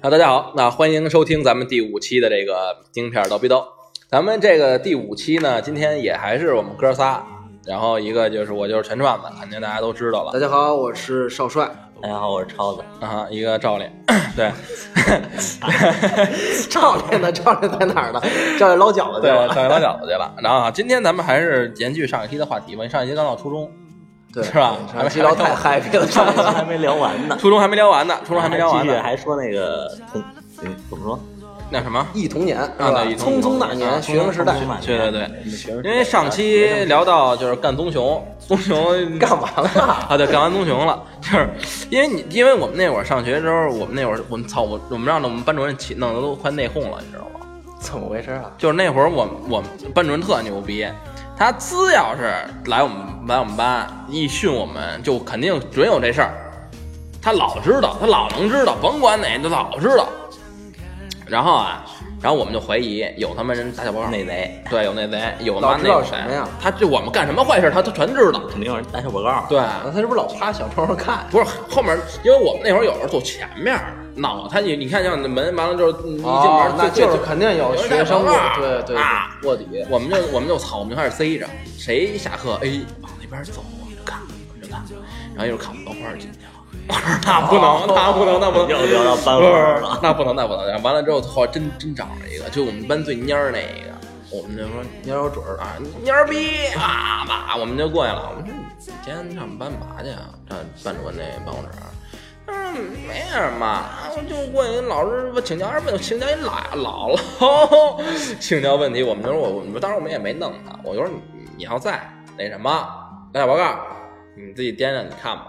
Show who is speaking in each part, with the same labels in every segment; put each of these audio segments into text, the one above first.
Speaker 1: 啊，大家好，那欢迎收听咱们第五期的这个京片儿叨逼叨。咱们这个第五期呢，今天也还是我们哥仨，然后一个就是我就是陈串子，肯定大家都知道了
Speaker 2: 大家好，我是少帅。
Speaker 3: 大家好，我是超子。
Speaker 1: 啊，一个赵脸， 对，
Speaker 2: 赵脸呢？赵脸在哪儿呢？赵脸捞饺子去
Speaker 1: 对，
Speaker 2: 了。
Speaker 1: 上一老饺子去了。然后啊，今天咱们还是延续上一期的话题吧，上一期刚到初中，
Speaker 2: 对，
Speaker 1: 是吧
Speaker 2: 上期聊太 happy 了， 上期
Speaker 3: 还没聊完呢，
Speaker 1: 初中还没聊完呢，初中还没聊完
Speaker 3: 继续
Speaker 1: 呢，
Speaker 3: 还说那个同，嗯，怎么说？
Speaker 1: 那什么，
Speaker 2: 忆童年是
Speaker 1: 啊
Speaker 2: 吧
Speaker 1: 对忆？童
Speaker 2: 匆
Speaker 1: 年
Speaker 2: 匆那
Speaker 1: 啊
Speaker 2: 年，学生时代
Speaker 3: 匆匆那
Speaker 1: 对对对，
Speaker 3: 学生
Speaker 1: 因为上期聊到就是干棕熊，棕熊
Speaker 2: 干完了。
Speaker 1: 啊，对，干完棕熊了，就是因为你，因为我们那会儿上学的时候，我们那会儿我们操，我我们让我们班主任起弄得都快内讧了，你知道吗？
Speaker 2: 怎么回事啊？
Speaker 1: 就是那会儿我们我们班主任特牛逼，他只要是来我们来我们班一训我们，就肯定准有这事儿，他老知道，他老能知道，甭管哪他老知道。然后啊，然后我们就怀疑有他妈人打小报告，
Speaker 3: 内贼，
Speaker 1: 对，有内贼，有他
Speaker 2: 老
Speaker 1: 妈
Speaker 2: 知
Speaker 1: 内
Speaker 2: 道
Speaker 1: 贼
Speaker 2: 什么呀，
Speaker 1: 他就我们干什么坏事，他他全知道。
Speaker 3: 肯定有人打小报告。
Speaker 1: 对，
Speaker 2: 啊他是不是老趴小窗户看？啊
Speaker 1: 不是后面，因为我们那会儿有时候坐前面儿闹，他你你看像那门完了之后，你一进门
Speaker 2: 哦那就是肯定有
Speaker 1: 人带
Speaker 2: 学生
Speaker 1: 头
Speaker 2: 卧
Speaker 1: 啊
Speaker 2: 对对
Speaker 1: 啊，
Speaker 2: 对卧底。
Speaker 1: 我们就我们就操，我们就开始塞着，谁一下课哎往那边走，我们就看我们就看，然后一会儿看我们班花进去了，我说 那不 能，那不能，那不能，
Speaker 3: 又聊到班
Speaker 1: 不
Speaker 3: 花
Speaker 1: 是
Speaker 3: 了，
Speaker 1: 那不能，那不能，完了之后后来真真找着一个，就我们班最蔫儿那一个，我们就说
Speaker 2: 蔫有准儿
Speaker 1: 啊，蔫儿逼啊妈，我们就过去了。我们说你今天上班嘛去啊？上班主任那办公室。他说没事儿嘛，我就过去跟老师问请教一下问，请教一姥姥姥，请教问题。我们就说我我们当时我们也没弄他，我就说你你要在那什么，那小报告你自己掂量你看吧，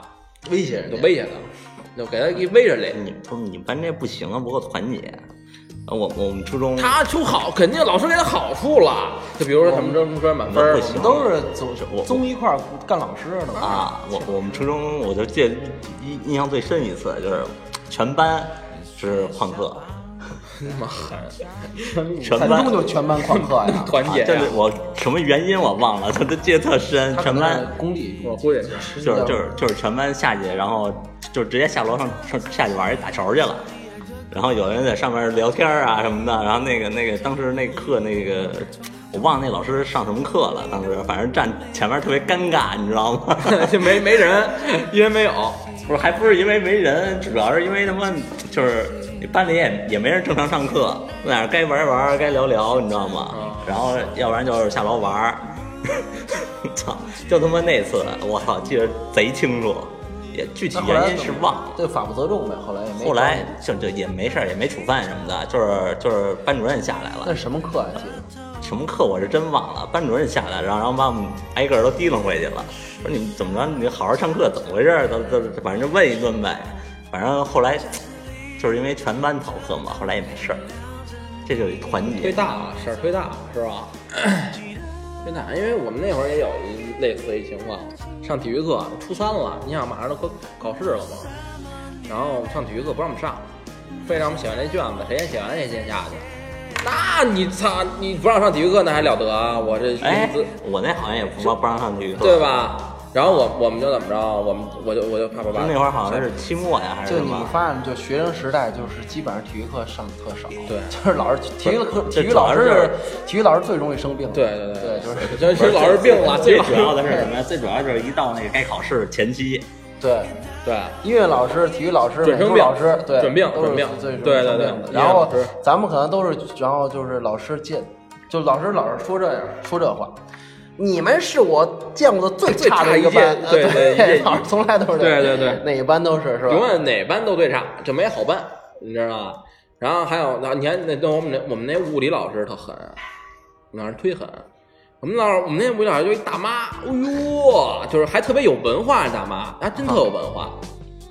Speaker 2: 威胁人
Speaker 1: 就
Speaker 2: 家。
Speaker 1: 威胁他，就给他给威着嘞。
Speaker 3: 你不是你们班这不行啊，不够团结。啊我我们初中
Speaker 1: 他出好，肯定老师给他好处了，就比如说什么什么专业满分儿
Speaker 3: 不，行，
Speaker 2: 都是总
Speaker 3: 是我
Speaker 2: 综一块儿干老师的嘛。
Speaker 3: 啊，我我们初中我就记得印印象最深一次就是全班是旷课，
Speaker 1: 他 妈狠，
Speaker 3: 全
Speaker 2: 咱
Speaker 3: 班
Speaker 2: 中就全班旷课 呀，
Speaker 1: 团结
Speaker 3: 啊
Speaker 1: 呀
Speaker 3: 真的我什么原因我忘了，他都记得特深，全班。
Speaker 2: 工地
Speaker 1: 我估计是。
Speaker 3: 就是就是就是全班下去，然后就直接下楼上上下去玩儿去打球去了。然后有人在上面聊天啊什么的，然后那个那个当时那课那个我忘了那老师上什么课了，当时反正站前面特别尴尬，你知道吗？
Speaker 1: 就没没人，一人没有。
Speaker 3: 不是，还不是因为没人，主要是因为他妈就是班里也也没人正常上课，在那儿该玩儿玩儿该聊聊，你知道吗？然后要不然就是下楼玩儿。 操！就他妈那次，我操，记得贼清楚，也具体
Speaker 2: 那后来
Speaker 3: 原因是忘了。
Speaker 2: 对，法不责众呗。后来也没。
Speaker 3: 后来就就也没事儿，也没处分什么的，就是就是班主任下来
Speaker 2: 那
Speaker 3: 了，
Speaker 2: 是什么课啊？记得
Speaker 3: 什么课我是真忘了。班主任下来，然后然后把我们挨个儿都提溜回去了，说你们怎么着，你好好上课，怎么回事儿？都都反正就问一顿呗。反正后来就是因为全班逃课嘛，后来也没事儿，这就是团
Speaker 1: 推
Speaker 3: 结。
Speaker 1: 大了，事儿推大了，是 吧？推大，因为我们那会儿也有一类似一情况，上体育课，初三了，你想马上都考考试了嘛，然后上体育课不让我们上，非让我们写完这卷子，谁先写完谁先下去。那你操，你不让上体育课那还了得啊？我这
Speaker 3: 哎
Speaker 1: 工资，
Speaker 3: 我那好像也不不让上体育课，
Speaker 1: 对？吧？然后我我们就怎么着，我们我就我就啪啪啪，
Speaker 3: 那会儿好像是期末呀，还是
Speaker 2: 就
Speaker 3: 什
Speaker 2: 你们
Speaker 3: 么？
Speaker 2: 发现，就学生时代，就是基本上体育课上的特少。
Speaker 1: 对
Speaker 2: 就是老师体育课，体
Speaker 3: 这
Speaker 2: 育老师
Speaker 3: 主要是
Speaker 2: 是体育老师最容易生病的。
Speaker 1: 对对
Speaker 2: 对，就是
Speaker 1: 就是就是老师病了，
Speaker 3: 最
Speaker 1: 老师
Speaker 3: 主要的是什么呀？最主要就是一到那个该考试前期，
Speaker 2: 对。
Speaker 1: 对。
Speaker 2: 音乐老师、体育老师、
Speaker 1: 准
Speaker 2: 美
Speaker 1: 生
Speaker 2: 术
Speaker 1: 病
Speaker 2: 老师，对，
Speaker 1: 准病
Speaker 2: 都是
Speaker 1: 准病
Speaker 2: 最容易
Speaker 1: 对对
Speaker 2: 生
Speaker 1: 对
Speaker 2: 病的
Speaker 1: 音乐
Speaker 2: 然后
Speaker 1: 老师
Speaker 2: 咱们可能都是，然后就是老师见，就老师老是说这样说这话，你们是我见过的最
Speaker 1: 最
Speaker 2: 差的
Speaker 1: 差
Speaker 2: 一个
Speaker 1: 一届
Speaker 2: 班，
Speaker 1: 对对
Speaker 2: 对
Speaker 1: 一届
Speaker 2: 老师从来都是这样
Speaker 1: 对对对
Speaker 2: 哪个班都是是吧？
Speaker 1: 永远哪班都对差，就没好办，你知道吧？然后还有，然后你看那那我们那我们那物理老师特狠，我们老师忒狠。我们老师我们那物理老师就一大妈，哎呦，就是还特别有文化的大妈，还真特有文化，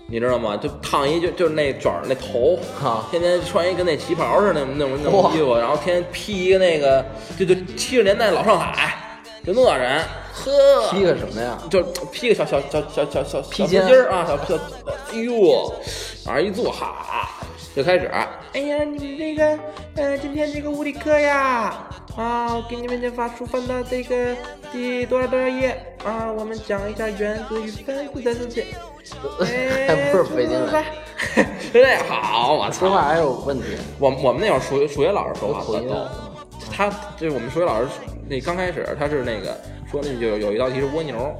Speaker 1: 你知道吗？就烫一就就是那卷儿那头
Speaker 2: 啊，
Speaker 1: 天天穿一跟那旗袍似的那种那
Speaker 2: 哇
Speaker 1: 种衣服，然后天天披一个那个，就就七十年代老上海，就那人，呵，
Speaker 2: 踢个什么呀？
Speaker 1: 就披个小小小小小小
Speaker 2: 披
Speaker 1: 小
Speaker 2: 肩
Speaker 1: 丝巾儿啊，小小，哎呦，往上一坐，哈，就开始，哎呀，你们这个，呃，今天这个物理课呀，啊，我给你们这把书翻到这个第多少多少页 啊，我们讲一下原子与分子的世界。
Speaker 2: 还不是北京人
Speaker 1: 哎这好，我
Speaker 2: 说
Speaker 1: 操！
Speaker 2: 话还有问题，
Speaker 1: 我我们那会儿数学数学老师说话
Speaker 2: 有口
Speaker 1: 特
Speaker 2: 音
Speaker 1: 逗
Speaker 2: 啊，
Speaker 1: 他就是我们数学老师那刚开始他是那个说那有有一道题是蜗牛，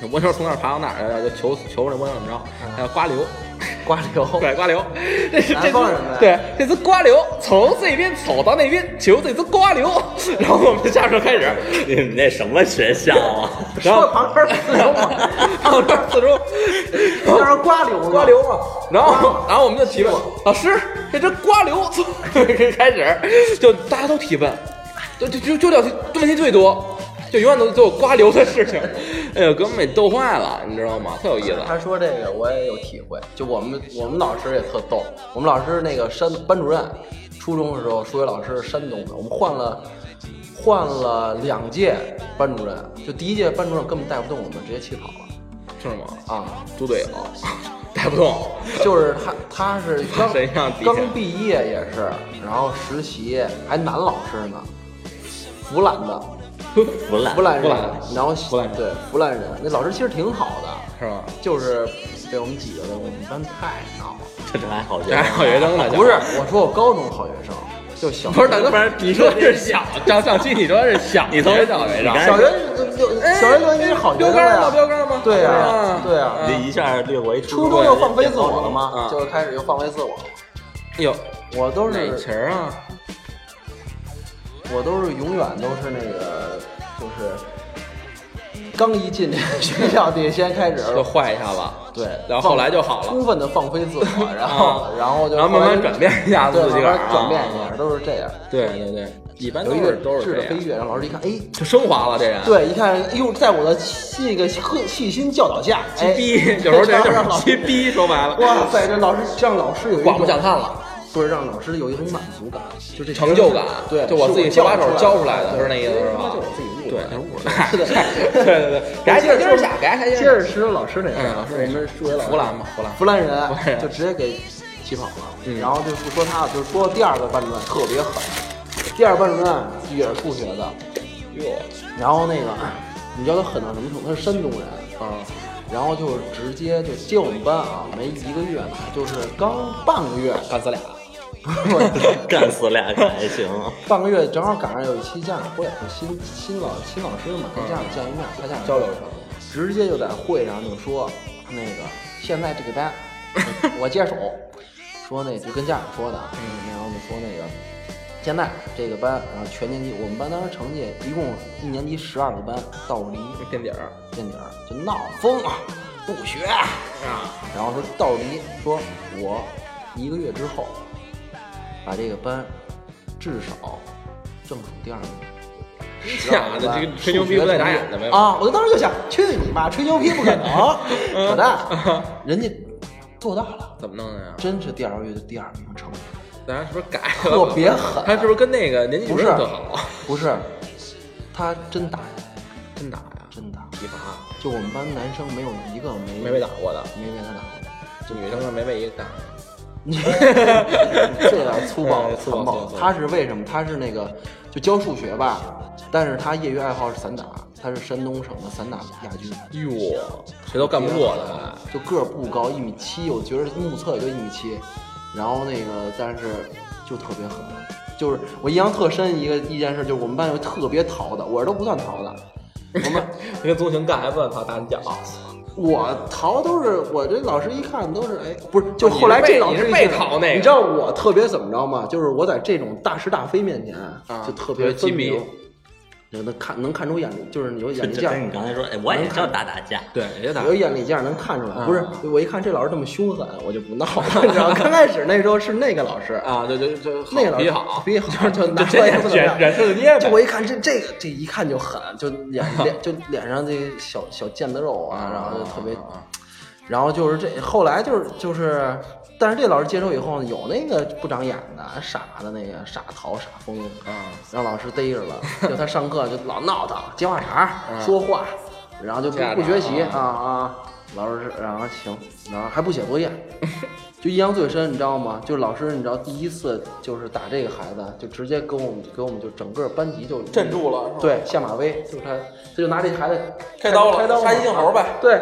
Speaker 1: 这蜗牛从哪儿爬到哪儿，要要求求这蜗牛怎么着，还有瓜牛。
Speaker 2: 瓜流。
Speaker 1: 对，瓜流，这是这
Speaker 2: 南
Speaker 1: 只
Speaker 2: 方人呗
Speaker 1: 对这只瓜流从这边走到那边，求这只瓜流，然后我们下课开始，
Speaker 3: 你们那什么学 校啊？
Speaker 1: 然
Speaker 2: 说
Speaker 1: 后
Speaker 2: 旁边四 周嘛，
Speaker 1: 旁边四周，
Speaker 2: 就是瓜流嘛
Speaker 1: 瓜流嘛，然后然后我们就提问老师，这只瓜流从开始就大家都提问，就就就就聊题问题最多，就永远都都有瓜流的事情，哎呦，给我们给逗坏了，你知道吗？特有意思。
Speaker 2: 他说这个我也有体会，就我们我们老师也特逗，我们老师那个山班主任，初中的时候数学老师是山东的，我们换了换了两届班主任，就第一届班主任根本带不动我们，直接气跑了
Speaker 1: 是吗？
Speaker 2: 啊！
Speaker 1: 猪队友，带不动。
Speaker 2: 就是他他 是刚
Speaker 1: 谁让底下
Speaker 2: 刚毕业也是，然后实习还男老师呢，湖南的
Speaker 3: 不烂
Speaker 2: 湖，南
Speaker 1: 湖
Speaker 2: 人
Speaker 1: 南，
Speaker 2: 然后
Speaker 1: 湖南人
Speaker 2: 对湖南人，那老师其实挺好的。
Speaker 1: 是吗？
Speaker 2: 就是被我们几个的，我们班太闹了。
Speaker 3: 这这还好学
Speaker 1: 这还
Speaker 3: 生。
Speaker 1: 好学生呢？
Speaker 2: 不是，我说我高中好学生，就小
Speaker 1: 不是大哥，
Speaker 2: 小
Speaker 1: 不是你说的是小张上期，你说的是小，
Speaker 3: 你从
Speaker 1: 学小学
Speaker 3: 你
Speaker 1: 生
Speaker 3: 看，
Speaker 2: 学六小学六年级是好学
Speaker 1: 哎标
Speaker 2: 生
Speaker 1: 杆儿
Speaker 2: 呀
Speaker 1: 吗？，标杆儿吗？
Speaker 2: 对呀
Speaker 1: 啊，
Speaker 2: 对呀。
Speaker 3: 你一下略过一
Speaker 2: 初中又放飞自我了
Speaker 1: 嗯
Speaker 2: 吗？就开始又放飞自我了。
Speaker 1: 有
Speaker 2: 我都
Speaker 1: 哪旗
Speaker 2: 是
Speaker 1: 儿啊？
Speaker 2: 我都是永远都是那个就是刚一进这个学校得先开始
Speaker 1: 就坏一下吧。
Speaker 2: 对，
Speaker 1: 然后后来就好
Speaker 2: 充
Speaker 1: 了。嗯
Speaker 2: 分的放飞 自我，然后然后就
Speaker 1: 然后慢
Speaker 2: 后来
Speaker 1: 慢转变一下
Speaker 2: 对
Speaker 1: 自己个
Speaker 2: 慢
Speaker 1: 儿
Speaker 2: 慢
Speaker 1: 啊
Speaker 2: 转变一下，都是这样。
Speaker 1: 对对对，一般
Speaker 2: 有
Speaker 1: 都
Speaker 2: 一个
Speaker 1: 是都
Speaker 2: 质
Speaker 1: 是
Speaker 2: 的
Speaker 1: 这
Speaker 2: 飞
Speaker 1: 样，
Speaker 2: 跃，让老师一看，哎，
Speaker 1: 就升华了这人。
Speaker 2: 对，一看，哎呦，在我的细个呵细心教导下，
Speaker 1: 鸡
Speaker 2: 哎
Speaker 1: 逼，有时候这人就
Speaker 2: 让老
Speaker 1: 是鸡
Speaker 2: 师，
Speaker 1: 逼，说白了，
Speaker 2: 哇塞，这老师让老师有一种
Speaker 1: 管不想看了，
Speaker 2: 不是让老师有一种满足感，就这
Speaker 1: 成就感，
Speaker 2: 对，
Speaker 1: 就我自己手
Speaker 2: 教
Speaker 1: 把手教出来的，
Speaker 2: 对
Speaker 1: 是那意思是
Speaker 2: 他妈
Speaker 1: 吧
Speaker 2: 就？我自己
Speaker 1: 对，
Speaker 2: 悟出来
Speaker 1: 哎
Speaker 2: 的，是的，
Speaker 1: 对对 对，给他
Speaker 2: 接着
Speaker 1: 接
Speaker 2: 说
Speaker 1: 着下，给他接
Speaker 2: 接着说老师那
Speaker 1: 嗯
Speaker 2: 个，老师我们数学老师，
Speaker 1: 湖南嘛，湖南。
Speaker 2: 啊湖南人
Speaker 1: 南人
Speaker 2: 就直接给起跑了。
Speaker 1: 嗯
Speaker 2: 然后就不说他了，就说第二个班主任特别狠。第二班主任也是数学的，
Speaker 1: 哟，
Speaker 2: 然后那个你知道他狠到什么程度？他是山东人，
Speaker 1: 啊，
Speaker 2: 然后就是直接就接我们班啊，没一个月呢，就是刚半个月，
Speaker 1: 干 死俩，
Speaker 3: 啊干死俩可还行。
Speaker 2: 半个月正好赶上有一期家长会，就新新老新老师嘛，跟家长见一面，他家长
Speaker 1: 交流一
Speaker 2: 一
Speaker 1: 下
Speaker 2: 下，直接就在会上就说那个现在这个班我接手，说那就跟家长说的，啊然后就说那个现在这个班，然后全年级我们班当时成绩一共一年级十二个班，到我离
Speaker 1: 垫底儿
Speaker 2: 垫底儿就闹疯了，不学，
Speaker 1: 啊，
Speaker 2: 然后说到离说我一个月之后把这个班至少正数第 二名。
Speaker 1: 假的，这个吹牛逼不带眨眼的呗。
Speaker 2: 啊！我就当时就想，去你妈，吹牛逼不可能， 扯淡！人家做到了，
Speaker 1: 怎么弄的呀？
Speaker 2: 真是第二个月就第二名成绩，
Speaker 1: 咱是不是改了？
Speaker 2: 特别狠
Speaker 1: 他是不是跟那个年纪
Speaker 2: 不是
Speaker 1: 特好？
Speaker 2: 不是，他真打，
Speaker 1: 真打呀？
Speaker 2: 真打，
Speaker 1: 体罚
Speaker 2: 就我们班男生没有一个没
Speaker 1: 没被打，过的，
Speaker 2: 没被他打过。
Speaker 1: 就女生们没被一个打。
Speaker 2: 这有 点粗暴
Speaker 1: 哎粗暴
Speaker 2: 了，残
Speaker 1: 粗暴
Speaker 2: 暴
Speaker 1: 粗。暴
Speaker 2: 他是为什么？他是那个就教数学吧，但是他业余爱好是散打，他是山东省的散打亚军，
Speaker 1: 哟，谁都干不过他。
Speaker 2: 就个儿不高，一米七，我觉得目测也就一米七。然后那个，但是就特别狠，就是我印象特深一个一件事，就是我们班有特别淘的，我这都不算淘的，
Speaker 1: 我 们跟宗群干还不怕打你脚？
Speaker 2: 我淘都是我这老师一看都是哎，不是，就后来
Speaker 1: 你是被
Speaker 2: 这老师一
Speaker 1: 你是
Speaker 2: 看
Speaker 1: 被淘那个
Speaker 2: 你知道我特别怎么着吗？就是我在这种大是大非面前
Speaker 1: 啊
Speaker 2: 就特
Speaker 1: 特
Speaker 2: 别
Speaker 1: 别
Speaker 2: 分
Speaker 1: 鸡
Speaker 2: 明
Speaker 1: 逼，
Speaker 2: 能能看能看出眼力，就是有
Speaker 3: 就
Speaker 2: 眼力
Speaker 3: 就
Speaker 2: 见儿
Speaker 3: 跟你刚才说，哎，我也叫打打架。
Speaker 1: 对，人家打
Speaker 2: 有眼力见儿能看出来。不是
Speaker 1: 啊，
Speaker 2: 我一看这老师这么凶狠，我就不闹 了。你知道，刚开始那时候是那个老师，
Speaker 1: 啊，对对对，
Speaker 2: 那个老
Speaker 1: 比
Speaker 2: 师
Speaker 1: 较好，
Speaker 2: 比 好，就拿
Speaker 1: 就
Speaker 2: 出来也
Speaker 1: 这
Speaker 2: 不怎么样
Speaker 1: 忍。忍住捏
Speaker 2: 就
Speaker 1: 呗。
Speaker 2: 我一看这这个这一看就狠，就 脸脸就脸上这小小腱子肉啊，然后就特别
Speaker 1: 啊啊啊
Speaker 2: 然后就是这，后来就是就是，但是这老师接手以后呢，有那个不长眼的、傻的那个傻淘傻疯，
Speaker 1: 啊，
Speaker 2: 让老师逮着了，就他上课就老闹腾、接话茬
Speaker 1: 嗯
Speaker 2: 儿、说话，然后就不
Speaker 1: 这样的
Speaker 2: 不学习
Speaker 1: 啊
Speaker 2: 啊啊。老师，然后行，然后还不写作 业，就印象最深，你知道吗？就老师，你知道第一次就是打这个孩子，就直接跟我们给我们就整个班级就
Speaker 1: 镇住了是吧
Speaker 2: 对，下马威，就是他，他就拿这孩子
Speaker 1: 开刀了
Speaker 2: 开刀嘛
Speaker 1: 杀鸡儆猴呗
Speaker 2: 对，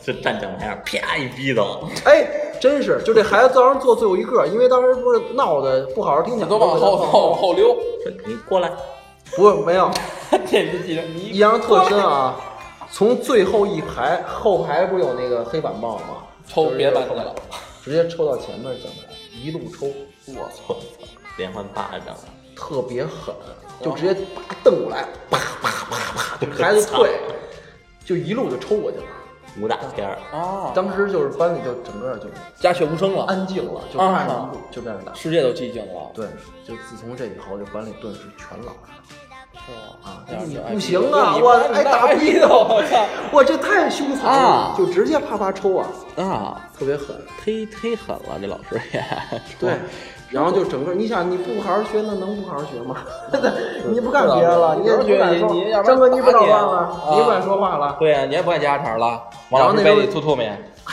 Speaker 3: 就站讲台上啪一逼刀，
Speaker 2: 哎，真是就这孩子当时坐最后一个，因为当时不是闹的不好好听讲，
Speaker 1: 都往后后后溜，
Speaker 3: 说你过来，
Speaker 2: 不是没有，
Speaker 1: 这这这 你
Speaker 2: 印象特深啊。从最后一排后排不是有那个黑板报吗？
Speaker 1: 抽别
Speaker 2: 板
Speaker 1: 板去了，
Speaker 2: 直接抽到前面讲台，一路抽，
Speaker 1: 我
Speaker 3: 我操，连环巴掌，
Speaker 2: 特别狠，就直接啪瞪过来，啪啪啪啪，就孩子退，就一路就抽过去了。
Speaker 3: 武打片儿，
Speaker 1: 啊，
Speaker 2: 当时就是班里就整个就
Speaker 1: 鸦雀无声了，
Speaker 2: 安静了，就看着一路就这样打。
Speaker 1: 世界都寂静了，
Speaker 2: 对，就自从这以后，这班里顿时全老实了。
Speaker 1: 是吧？
Speaker 2: 啊
Speaker 1: 这样
Speaker 2: 你
Speaker 1: 就
Speaker 2: 不
Speaker 1: 哎
Speaker 2: 行
Speaker 1: 你
Speaker 2: 啊
Speaker 1: 你
Speaker 2: 我
Speaker 1: 你
Speaker 2: 哎打
Speaker 1: 哎
Speaker 2: 屁
Speaker 1: 呦 我操！
Speaker 2: 哇，这太凶残
Speaker 1: 啊
Speaker 2: 了，就直接啪啪抽啊，
Speaker 1: 啊，
Speaker 2: 特别狠。
Speaker 1: 忒忒狠了，这老师 也
Speaker 2: 对，然后就整个，你想你不好好学，那能不好好学吗？
Speaker 1: 嗯
Speaker 2: 你不干别的了，你
Speaker 1: 啊
Speaker 2: 也不敢说，
Speaker 1: 你要不然
Speaker 2: 张哥你不
Speaker 1: 打
Speaker 2: 敢
Speaker 1: 你
Speaker 2: 说
Speaker 1: 啊
Speaker 2: 话了，你不敢说话了。
Speaker 1: 对呀、啊你也不爱家常了，
Speaker 2: 然后那时候
Speaker 1: 吐吐没，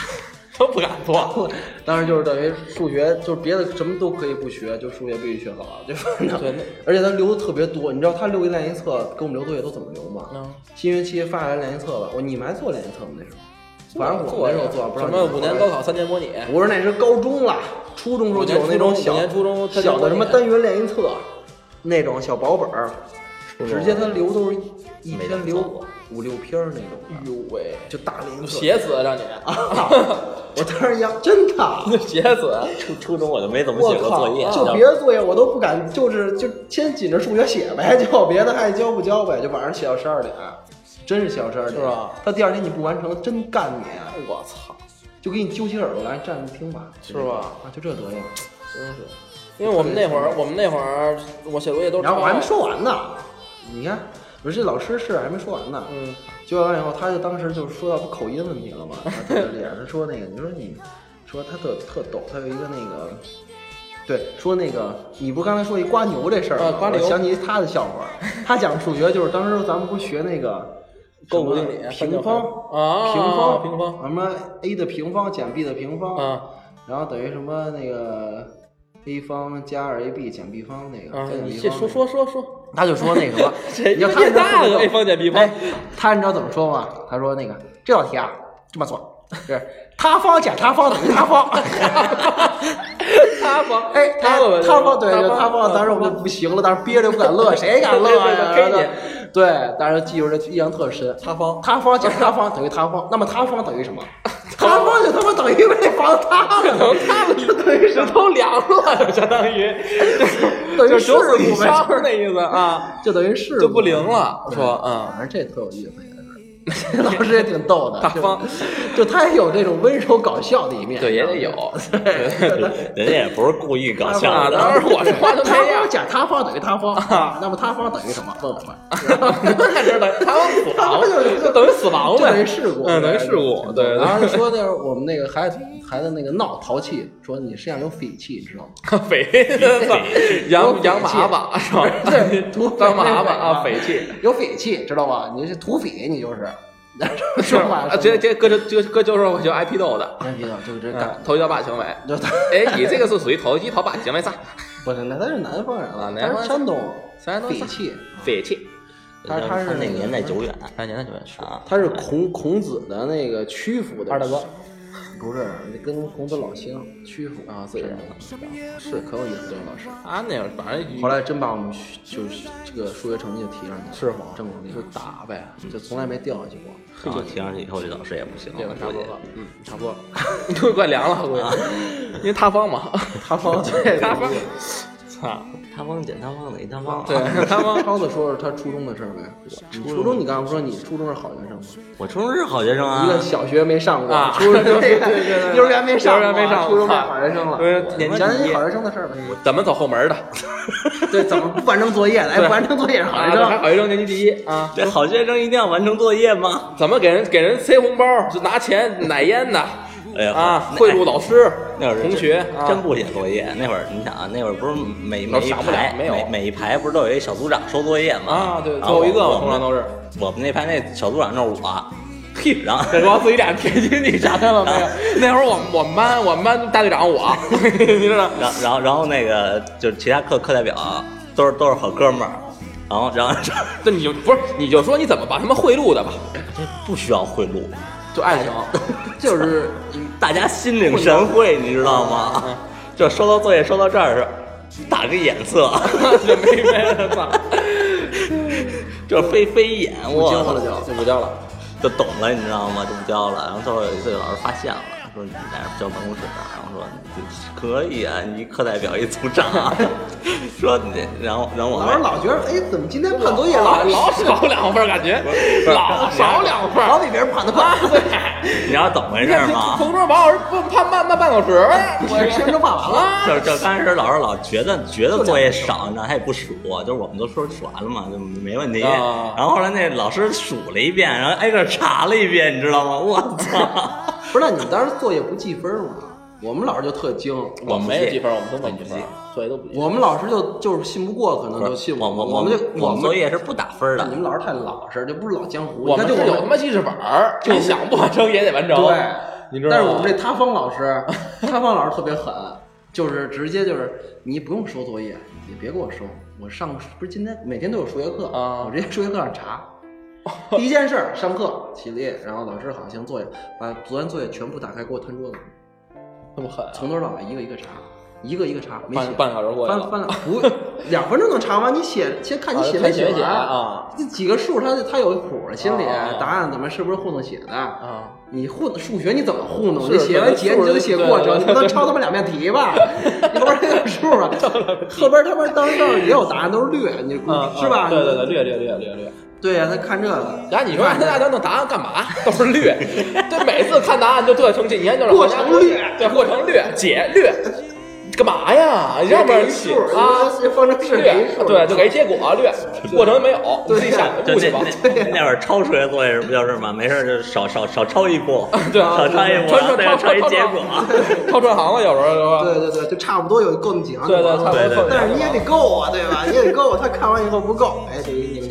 Speaker 1: 都不敢吐。
Speaker 2: 当时就是等于数学，就是别的什么都可以不学，就数学必须学好了，就反正
Speaker 1: 对那。
Speaker 2: 而且他留的特别多，你知道他留一练习册给我们留作业都怎么留吗？
Speaker 1: 嗯
Speaker 2: 新学期发下来练习册吧，我你们还做练习册吗？那时候，反正我那时候做，不知道
Speaker 1: 什
Speaker 2: 你们
Speaker 1: 么
Speaker 2: 做
Speaker 1: 五年高考三年模拟，
Speaker 2: 不是，那是高中了，初中时候就有那种小
Speaker 1: 五年初中五年初中
Speaker 2: 小的什么单元练习册，那种小薄本儿，直接他留都是一天留哎五六篇儿那种的，
Speaker 1: 呦喂，
Speaker 2: 就大练习册。
Speaker 1: 写死让你，
Speaker 2: 啊！我当时要真的，
Speaker 1: 写死！啊
Speaker 3: 初初中我就没怎么
Speaker 2: 我
Speaker 3: 写过
Speaker 2: 靠
Speaker 3: 作业，，
Speaker 2: 就别的作业我都不敢，就是就先紧着数学写呗，就别的爱交不交呗，就晚上写到十二点，真是写到十二点，
Speaker 1: 是吧
Speaker 2: 他第二天你不完成，真干你啊，
Speaker 1: 我操，
Speaker 2: 就给你揪起耳朵来站着听吧，
Speaker 1: 是吧？
Speaker 2: 啊，就这德行。
Speaker 1: 真是，因为我们那会儿，我们那会儿我写作业都是
Speaker 2: 然
Speaker 1: 抄。
Speaker 2: 后我还没说完呢，你看，我说这老师是还没说完呢。
Speaker 1: 嗯，
Speaker 2: 教完以后，他就当时就说到不口音问题了嘛，他特别厉害。他说那个，你说你，说他特特逗，他有一个那个，对，说那个，你不是刚才说一刮牛这事儿吗？
Speaker 1: 啊刮牛
Speaker 2: 我想起一他的笑话儿， 他讲数学就是当时咱们不是学那个。
Speaker 1: 勾股定理
Speaker 2: 平方
Speaker 1: 啊
Speaker 2: 平方，
Speaker 1: 平方
Speaker 2: 什么 a 的平方减 b 的平方，
Speaker 1: 啊，
Speaker 2: 然后等于什么那个 a 方加二 ab 减 b 方那个，
Speaker 1: 啊
Speaker 2: 再减，
Speaker 1: 你
Speaker 2: b
Speaker 1: 这
Speaker 2: 方
Speaker 1: 说说
Speaker 2: 那个
Speaker 1: 说 说，，
Speaker 2: 他就说那什么
Speaker 1: 谁
Speaker 2: 你知道
Speaker 1: 你
Speaker 2: 他
Speaker 1: 这大
Speaker 2: 了
Speaker 1: 了 A 方减 B 方
Speaker 2: 哎他你知道怎么说吗？他说那个这道题啊这么做，是他方减他方等于他方。
Speaker 1: 他方
Speaker 2: 哎，他
Speaker 1: 他方
Speaker 2: 他方对，
Speaker 1: 他
Speaker 2: 就
Speaker 1: 方嗯
Speaker 2: 他方，当时我们就不行了，当时憋着不敢乐，谁敢 乐呀？
Speaker 1: 对对对对
Speaker 2: 然后就对，当时记住这印象特深。他方，他方减他方等于他方，那么他方等于什么？他方就他妈等于那房 塌了，
Speaker 1: 他们等于是都凉了，就相当 于
Speaker 2: 等于
Speaker 1: 就是九死一
Speaker 2: 呗
Speaker 1: 伤那意思啊，
Speaker 2: 就等于 是
Speaker 1: 就不灵了。说 嗯，
Speaker 2: 反正啊这特有意思，也是 老师也挺逗的，
Speaker 1: 大方
Speaker 2: 就，就他也有这种温柔搞笑的一面。
Speaker 1: 对，也得有。
Speaker 3: 人家也不是故意搞笑
Speaker 1: 啊，
Speaker 3: 的，
Speaker 1: 当时我说
Speaker 2: 他
Speaker 1: 就
Speaker 2: 他
Speaker 1: 这
Speaker 2: 方
Speaker 1: 样，啊
Speaker 2: 减他方等于他方，啊那么他方等于什么？问我们，
Speaker 1: 那就是等于他们死 亡，就等于死亡
Speaker 2: 就等于
Speaker 1: 呗，
Speaker 2: 事故，
Speaker 1: 嗯，等于事故，对，
Speaker 2: 然后就说那会儿我们那个孩子孩子那个闹淘气，说你身上有匪气，你知道吗？
Speaker 1: 匪气，羊羊麻粑是吧？
Speaker 2: 对 土匪
Speaker 1: 当麻粑啊，匪气。
Speaker 2: 有匪气，知道吧？你是土匪，你就是。
Speaker 1: 是
Speaker 2: 说话
Speaker 1: 吧？啊，这这哥就就哥就是我就挨批斗的，
Speaker 2: 那别的就这
Speaker 1: 嗯
Speaker 2: 干，
Speaker 1: 投机倒把行为。
Speaker 2: 就他
Speaker 1: 哎，你这个是属于投机倒把行为啥？
Speaker 2: 不是，那他是南方人了，
Speaker 1: 啊南
Speaker 2: 他
Speaker 1: 方
Speaker 2: 是山东，
Speaker 1: 山东
Speaker 2: 匪气，
Speaker 1: 匪 气，
Speaker 2: 他他是
Speaker 3: 那年代久远
Speaker 1: 哎，您那就问是
Speaker 3: 啊，
Speaker 2: 他是孔孔子的那个曲阜的
Speaker 1: 二大哥，
Speaker 2: 不是跟孔子老乡曲阜
Speaker 1: 啊自己人
Speaker 2: 是可有意思这个老师。
Speaker 1: 他啊那会儿反正
Speaker 2: 后来真把我们学就是这个数学成绩就提上去了，
Speaker 1: 是吗
Speaker 2: 正努力
Speaker 1: 就打呗，
Speaker 2: 就从来没掉下去过。
Speaker 3: 然后啊听上去以后，这老师也不行
Speaker 1: 这个
Speaker 3: 了，
Speaker 1: 差不
Speaker 3: 估计
Speaker 1: 多了，嗯，差不多 啊了，就快凉了，估计， 因为塌方 嘛，
Speaker 2: 塌方
Speaker 1: 对塌方，操，
Speaker 3: 他方减他方等于他啊方，
Speaker 1: 对塌方，
Speaker 2: 涛子说说他初中的事儿呗。你初中你刚才不说你初中是好学生吗？
Speaker 3: 我初中是好学生啊
Speaker 2: 一个，小学没上过
Speaker 1: 啊，
Speaker 2: 初 中
Speaker 1: 对对对对对
Speaker 2: 幼儿园没上过，
Speaker 1: 幼儿
Speaker 2: 啊
Speaker 1: 园没上过
Speaker 2: 初中变好学生了。
Speaker 1: 对年级
Speaker 2: 讲讲
Speaker 1: 第
Speaker 2: 你
Speaker 1: 一
Speaker 2: 好学生的事儿呗。
Speaker 1: 怎么走后门的？
Speaker 2: 对，怎么不完成作业的？哎，
Speaker 1: 对啊
Speaker 2: 不完成作业是好学
Speaker 1: 还
Speaker 2: 生。
Speaker 1: 好学生年级第一啊？
Speaker 3: 这好学生一定要完成作业吗？
Speaker 1: 怎么给人给人塞红包？就拿钱奶烟的
Speaker 3: 哎呀
Speaker 1: 啊，
Speaker 3: 那
Speaker 1: 贿赂老师、
Speaker 3: 那会儿
Speaker 1: 同学
Speaker 3: 真
Speaker 1: 啊
Speaker 3: 真不写作业。那会儿你想啊，那会儿不是每
Speaker 1: 那会
Speaker 3: 每
Speaker 1: 儿
Speaker 3: 一
Speaker 1: 上不了
Speaker 3: 排
Speaker 1: 没有
Speaker 3: 每每一排不是都有一小组长收作业吗？
Speaker 1: 啊，对，最
Speaker 3: 然
Speaker 1: 后一个
Speaker 3: 我
Speaker 1: 嘛通常都是。
Speaker 3: 我们那排那小组长就是我，
Speaker 1: 嘿，
Speaker 3: 然后
Speaker 1: 再说自己俩撇清你啥看了没有？那会儿我们我们班我们班大队长我，你知道？
Speaker 3: 然后然后然后那个就是其他课课代表都是都是好哥们儿，然后然后
Speaker 1: 这你就不是你就说你怎么把他们贿赂的吧？
Speaker 3: 不需要贿赂，
Speaker 1: 就爱情，
Speaker 2: 就是
Speaker 3: 大家心领神会，你知道吗？
Speaker 1: 嗯
Speaker 3: 就收到作业收到这儿是打个眼 色，
Speaker 1: 就没没了，操！
Speaker 3: 就是飞飞眼，
Speaker 2: 不
Speaker 3: 我
Speaker 2: 交了就
Speaker 1: 就不交了。
Speaker 3: 就懂了，你知道吗？就不交了。然后最后有一次，老师发现了，说你在这交办公室呢，然后说你这可以啊，你课代表一组长 啊，说你这，然后然后我
Speaker 2: 老师
Speaker 3: 们
Speaker 2: 老觉得，哎，怎么今天判作业老
Speaker 1: 老少两份儿，感觉老少两份儿。
Speaker 2: 老比别人判的快？
Speaker 3: 你知道怎么回事吗？
Speaker 1: 同桌把老师判判半半半小时呗，
Speaker 2: 我这身都判完了。
Speaker 3: 就是就刚开始老师老觉得觉得作业少，你知道他也不数，就是我们都说数完了嘛，就没问题。
Speaker 1: 啊
Speaker 3: 然后后来那老师数了一遍，然后挨个查了一遍，你知道吗？我操！
Speaker 2: 不是，那你们当时作业不记分吗？我们老师就特精，
Speaker 1: 我们也
Speaker 3: 也
Speaker 1: 记
Speaker 3: 记
Speaker 1: 分，我们都没记
Speaker 3: 分
Speaker 1: 分，作业都不记。
Speaker 2: 我们老师就就是信不过，可能就信
Speaker 3: 我
Speaker 2: 们，
Speaker 3: 我
Speaker 2: 们
Speaker 3: 们
Speaker 2: 就
Speaker 3: 我
Speaker 2: 我们
Speaker 3: 作业是不打分
Speaker 2: 你
Speaker 3: 的，
Speaker 2: 们老师太老实，就不是老江湖。
Speaker 1: 我
Speaker 2: 你
Speaker 1: 们
Speaker 2: 看，
Speaker 1: 是
Speaker 2: 就
Speaker 1: 有他
Speaker 2: 我
Speaker 1: 妈记事本儿，你想不完成也得完成。
Speaker 2: 对，
Speaker 1: 你知道吗？
Speaker 2: 但是我们这塌方老师，塌方老师特别狠，就是直接就是你不用收作业，你别给我收，我上不是今天每天都有数学课
Speaker 1: 啊
Speaker 2: 我直接数学课上查。 第一件事儿，上课起立，然后老师好，行，作业，把昨天作业全部打开，给我摊桌子，
Speaker 1: 这么狠啊，
Speaker 2: 从头到尾一个一个查，一个一个查，没
Speaker 1: 半
Speaker 2: 写。
Speaker 1: 半小时过去
Speaker 2: 翻
Speaker 1: 了。
Speaker 2: 翻了，不，两分钟能查完。你写，先看你写没写
Speaker 1: 啊看写没写
Speaker 2: 完
Speaker 1: 啊？
Speaker 2: 这几个数它，它有一谱儿，心里
Speaker 1: 啊啊
Speaker 2: 答案怎么是不是糊弄写的？
Speaker 1: 啊，
Speaker 2: 你糊弄数学你怎么糊弄？
Speaker 1: 是
Speaker 2: 你写完
Speaker 1: 对
Speaker 2: 解
Speaker 1: 数
Speaker 2: 你就得写过程，
Speaker 1: 对
Speaker 2: 你不能抄他妈两遍题吧？ 要不然这有数啊。后边他们当时也有答案，都是略，你
Speaker 1: 嗯，
Speaker 2: 是吧？
Speaker 1: 对对对，略略略略略。
Speaker 2: 对呀，他看这个
Speaker 1: 然后你说让大家弄答案干嘛？ 都是略，对，每次看答案就特生气。你看就是
Speaker 2: 过程略
Speaker 1: 对，过程略解略，干嘛呀？你让不让写
Speaker 2: 数
Speaker 1: 啊？
Speaker 2: 这方程式没
Speaker 1: 略，
Speaker 2: 数，
Speaker 1: 对，就给结果略，过程没有，你自己 想
Speaker 3: 就
Speaker 1: 悟去
Speaker 3: 那
Speaker 1: 吧。
Speaker 3: 那那会儿抄数学作业是不就是嘛？没事儿就少少少抄一步，
Speaker 1: 对啊，
Speaker 3: 少抄一步，
Speaker 1: 穿
Speaker 3: 再
Speaker 1: 穿
Speaker 3: 抄
Speaker 1: 穿
Speaker 3: 一结果。
Speaker 1: 抄串行了，有时候是吧？
Speaker 2: 对对对，就差不多有够那几行。
Speaker 1: 对对，差不
Speaker 3: 对
Speaker 1: 多
Speaker 3: 对
Speaker 1: 凑一下。
Speaker 2: 但是你也得够啊，对吧？你也得够，他看完以后不够，哎，就给你们。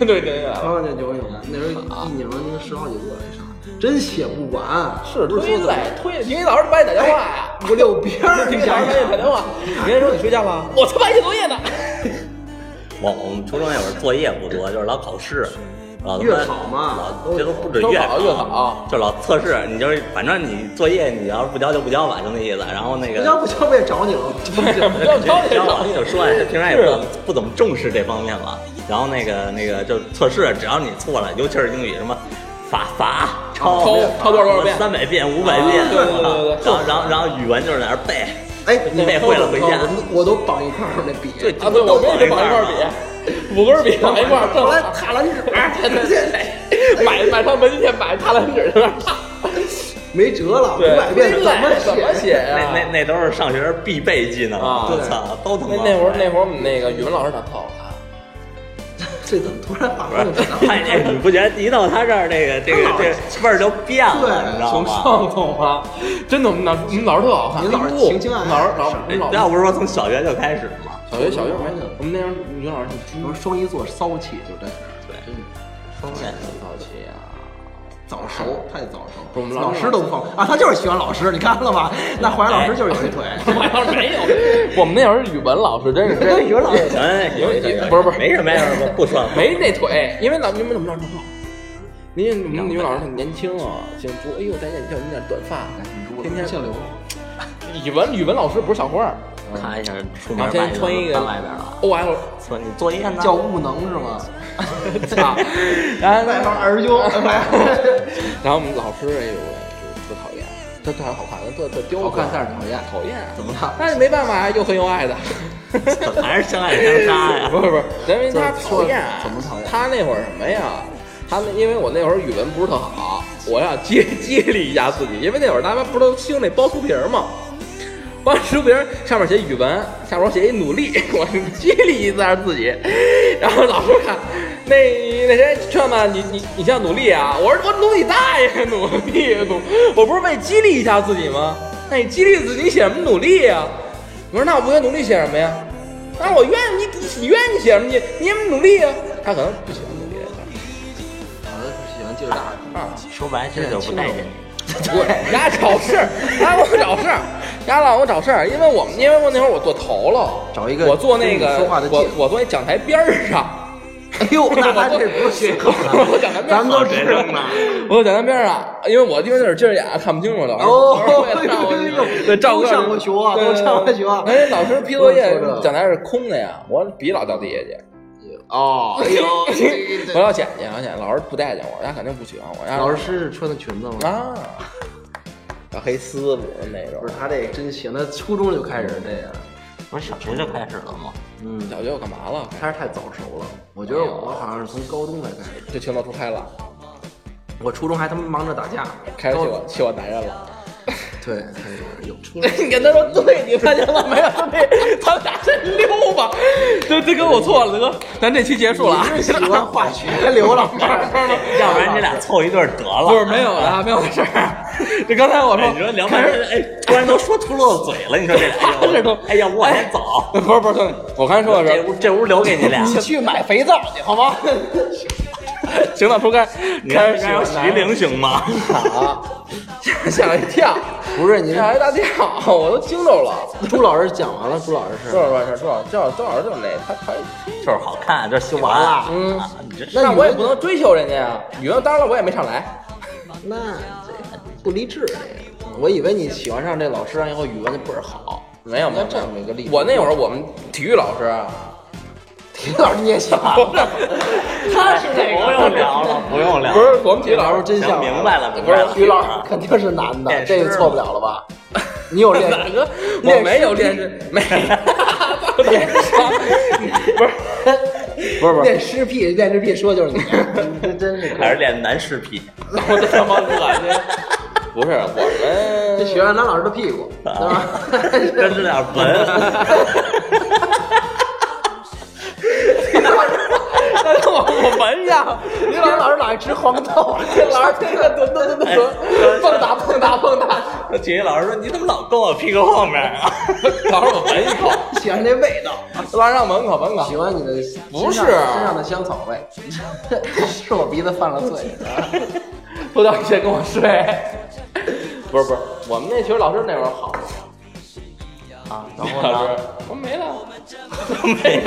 Speaker 1: 对对对对，
Speaker 2: 刚刚就游泳了，那时候一拧能十好几个，那啥，真写不完，
Speaker 1: 是
Speaker 2: 不是
Speaker 1: 推
Speaker 2: 说
Speaker 1: 累推，体育老师把你打电话 呀，
Speaker 2: 五六篇儿，
Speaker 1: 体
Speaker 2: 你
Speaker 1: 育老
Speaker 2: 想
Speaker 1: 师把你打电
Speaker 2: 想，
Speaker 1: 话，你跟他说你睡觉了，我他妈写作业呢。
Speaker 3: 我我们初中那会儿作业不多，就是老考试，老他妈
Speaker 2: 月考嘛
Speaker 3: 老这都不止
Speaker 1: 都
Speaker 3: 月
Speaker 1: 考月考
Speaker 3: 就老测试。你就是反正你作业你要是不交就不交吧，就那意思。然后那个
Speaker 2: 要不交不也找你了？
Speaker 1: 不要挑你
Speaker 3: 交
Speaker 1: 了
Speaker 3: 往也就说呀，平常也不不怎么重视这方面嘛。然后那个那个就测试，只要你错了，尤其是英语什么法法抄
Speaker 1: 抄抄多少多少遍
Speaker 3: 三百遍、五百遍
Speaker 1: 啊，对对对对对
Speaker 3: 然后然后然后语文就是在那儿背，
Speaker 2: 哎，
Speaker 3: 你背会了回家
Speaker 2: 我我都绑一块儿那笔，哎
Speaker 3: 对
Speaker 1: 啊！对，我跟你绑一块儿比，啊五根儿笔绑一块儿，正
Speaker 2: 后来
Speaker 1: 好
Speaker 2: 踏蓝纸，
Speaker 1: 买买上门店买踏蓝纸去了。
Speaker 2: 没辙了，五
Speaker 1: 对，
Speaker 2: 百遍怎么
Speaker 1: 怎么写
Speaker 2: 写？
Speaker 1: 呀？
Speaker 3: 那那那都是上学必备技能，
Speaker 1: 啊
Speaker 3: 我操，都他
Speaker 1: 那
Speaker 3: 妈
Speaker 1: 那会儿那会儿我们那个语文老师长特好看，
Speaker 2: 这怎么突然把
Speaker 3: 不是
Speaker 2: 这个，
Speaker 3: 哎，这你不觉得一到他这儿，这个这个 这味儿就变了，你知道
Speaker 1: 从
Speaker 3: 吗？
Speaker 1: 上头吗？真的，我们老我们老师特好看，
Speaker 2: 您老师
Speaker 1: 哎呦
Speaker 2: 情情爱爱
Speaker 1: 老师老师我们老师
Speaker 3: 要哎不是说从小学就开始嘛，
Speaker 1: 小学小学没有，我们那时候语文老师是
Speaker 2: 你
Speaker 1: 猪
Speaker 2: 说双鱼座骚气就这样，
Speaker 3: 对，
Speaker 2: 真的
Speaker 3: 方面
Speaker 1: 淘气啊！
Speaker 2: 早熟太早熟，
Speaker 1: 不是我们老
Speaker 2: 老
Speaker 1: 师
Speaker 2: 师都不放过啊，他就是喜欢老师，你看了吧？那怀老师就是有这腿。
Speaker 1: 我要是没有，我们那会儿语文老师真是真
Speaker 2: 语文老师
Speaker 3: 行，哎有一
Speaker 1: 不是不是
Speaker 3: 没什么呀，不不说了。
Speaker 1: 没那腿，因为老你们怎么老师好？您我们语文老师很年轻啊，姓朱，哎呦，咱也叫您点短发，天天
Speaker 2: 姓刘，
Speaker 1: 语文语文老师不是小花儿
Speaker 3: 看一下出
Speaker 1: 然
Speaker 3: 门
Speaker 1: 后天天穿一个
Speaker 3: 搬外边了。
Speaker 1: ，O L，
Speaker 3: 说你作业呢？
Speaker 2: 叫悟能是吗？
Speaker 1: 操，然
Speaker 2: 外号
Speaker 1: 后
Speaker 2: 二师兄，
Speaker 1: 然后我们老师哎呦特讨厌，他特好看，他特特刁
Speaker 2: 好看
Speaker 1: 钻，
Speaker 2: 但是讨厌，
Speaker 1: 讨厌，
Speaker 2: 怎么了？
Speaker 1: 但是没办法，又恨又爱的。
Speaker 3: 还是相爱相 杀呀？
Speaker 1: 不是不是，因为他讨厌，啊
Speaker 2: 怎么讨厌
Speaker 1: 他那会儿什么呀？他那因为我那会儿语文不是特好，我要接接力一下自己，因为那会儿大家不都兴那包书皮儿吗？包书皮儿上面写语文，下边写一努力， 我接力一下自己，然后老师看那那谁劝吧，你你你像努力啊，我说我努你大爷， 努力努，我不是为激励一下自己吗？那你激励自己，你写什么努力呀、我说那我不愿努力写什么呀？那我愿意你你你愿意写什么？你你也努力啊。他可能不喜欢努力这事
Speaker 2: 好像是喜欢劲儿大
Speaker 1: 儿啊。
Speaker 3: 说白了，这就不待见你。
Speaker 1: 我 丫找事儿，丫给我找事儿，丫老给我找事儿，因为我们因为我那会儿我坐头了，
Speaker 2: 找一个
Speaker 1: 我坐那
Speaker 2: 跟
Speaker 1: 个
Speaker 2: 你说话的
Speaker 1: 我
Speaker 2: 借口
Speaker 1: 我坐那讲台边儿上，
Speaker 2: 哎呦， 那咱这不是血口了，
Speaker 1: 我讲咱边
Speaker 2: 咱们都
Speaker 3: 学
Speaker 2: 知道
Speaker 3: 生呢？啊
Speaker 1: 我讲咱边上，因为我因为那是近视眼，看不清楚了。
Speaker 2: 哦
Speaker 1: 对照过去
Speaker 2: 哎呦哎呦哎呦
Speaker 1: 对，照
Speaker 2: 都上过学啊
Speaker 1: 对对对
Speaker 2: 都上过学啊
Speaker 1: 哎，老师批作业
Speaker 2: 不是说这
Speaker 1: 讲台是空的呀，我笔老掉地下去。
Speaker 2: 哦，哎呦，这
Speaker 1: 我
Speaker 2: 这
Speaker 1: 老捡去，老捡，老师不待见我，家肯定不行，我家
Speaker 2: 老师是穿的裙子吗？
Speaker 1: 啊，小黑丝不是那种
Speaker 2: 不是，，他这真行，那初中就开始这样，
Speaker 3: 不是小学就开始了吗？
Speaker 2: 嗯，
Speaker 1: 小学我干嘛了？
Speaker 2: 还是太早熟了。我觉得我好像是从高中才开始，
Speaker 1: 就情窦初开了，
Speaker 2: 我初中还他妈忙着打架，
Speaker 1: 开始
Speaker 2: 高
Speaker 1: 气我气我男人了。
Speaker 2: 对，开始有初中。
Speaker 1: 你跟他说对，你发现了没有？对，咱们俩真溜吧，这这跟我错了，得，咱这期结束了啊。
Speaker 2: 喜欢化学刘 老师，
Speaker 3: 要不 然你俩凑一对儿得了。
Speaker 1: 不是没有了，没有事儿。这刚才我
Speaker 3: 哎，
Speaker 1: 说，
Speaker 3: 你说聊半天，哎，突然都说秃噜嘴了，你说这 俩，哎呦
Speaker 1: 这都
Speaker 3: 哎呀，我还早，
Speaker 1: 不是不是，我刚才说的
Speaker 3: 这
Speaker 1: 是
Speaker 3: 屋这屋留给你 俩。
Speaker 2: 你去买肥皂去好吗？
Speaker 1: 情窦初开，
Speaker 3: 你
Speaker 1: 开
Speaker 3: 看
Speaker 1: 始喜
Speaker 3: 这边有
Speaker 1: 欢
Speaker 3: 洗
Speaker 1: 男
Speaker 3: 衣
Speaker 1: 人，
Speaker 3: 灵 行吗？
Speaker 1: 吓了一跳，
Speaker 2: 不是您
Speaker 1: 吓了一大跳，我都惊着了。
Speaker 2: 朱老师讲完了，朱老师
Speaker 1: 多
Speaker 2: 是。
Speaker 1: 少多少多少多少多少就是那他他，
Speaker 3: 就是好看，这修完了。
Speaker 1: 嗯
Speaker 3: 啊你这
Speaker 2: 那
Speaker 1: 但
Speaker 2: 你
Speaker 1: 我
Speaker 2: 们
Speaker 1: 也不能追求人家呀。语文当然了，我也没上来。
Speaker 2: 那这不励志这个。我以为你喜欢上这老师，然后语文就倍儿好。
Speaker 1: 没有没有，
Speaker 2: 那这样有一个例子
Speaker 1: 我那会儿我们体育老师啊，
Speaker 2: 体育老师你也喜欢？
Speaker 1: 不是
Speaker 2: 他是
Speaker 3: 不用聊了，不用聊了。
Speaker 1: 不是我们体育
Speaker 2: 体育老
Speaker 1: 老
Speaker 2: 师
Speaker 1: 师
Speaker 2: 真像
Speaker 3: 行明白了明
Speaker 2: 不
Speaker 3: 白了
Speaker 2: 是体育老师肯定是男的，
Speaker 3: 练
Speaker 2: 这
Speaker 3: 诗
Speaker 2: 个错不了了吧？你有 练
Speaker 1: 大哥，
Speaker 2: 练
Speaker 1: 我没有练
Speaker 2: 诗
Speaker 1: 这 没。不是
Speaker 2: 不是不是练诗癖，练诗癖说就是你，这真是
Speaker 3: 还是练男士癖，
Speaker 1: 我这他妈恶心！不是我
Speaker 2: 这
Speaker 1: 们，
Speaker 2: 学完男老师的屁股，对吧？
Speaker 3: 真是点文。
Speaker 1: 我我闻呀，
Speaker 2: 你老老师老爱吃黄豆，老师天天蹲蹲蹲蹲，蹦跶蹦跶蹦跶，
Speaker 3: 体育老师说：“你怎么老跟我屁股后面啊
Speaker 1: 老师我闻 一口，
Speaker 2: 喜欢这味道，
Speaker 1: 老师让闻口闻
Speaker 2: 喜
Speaker 1: 口，
Speaker 2: 欢你的
Speaker 1: 不是啊
Speaker 2: 身上身上的香草味， 是我鼻子犯了罪。
Speaker 1: 不到一起跟我睡。不是不是，我们那体育老师那会儿好，
Speaker 2: 啊，然后
Speaker 1: 老
Speaker 2: 呢
Speaker 1: 师？我没了，？”
Speaker 3: 没有，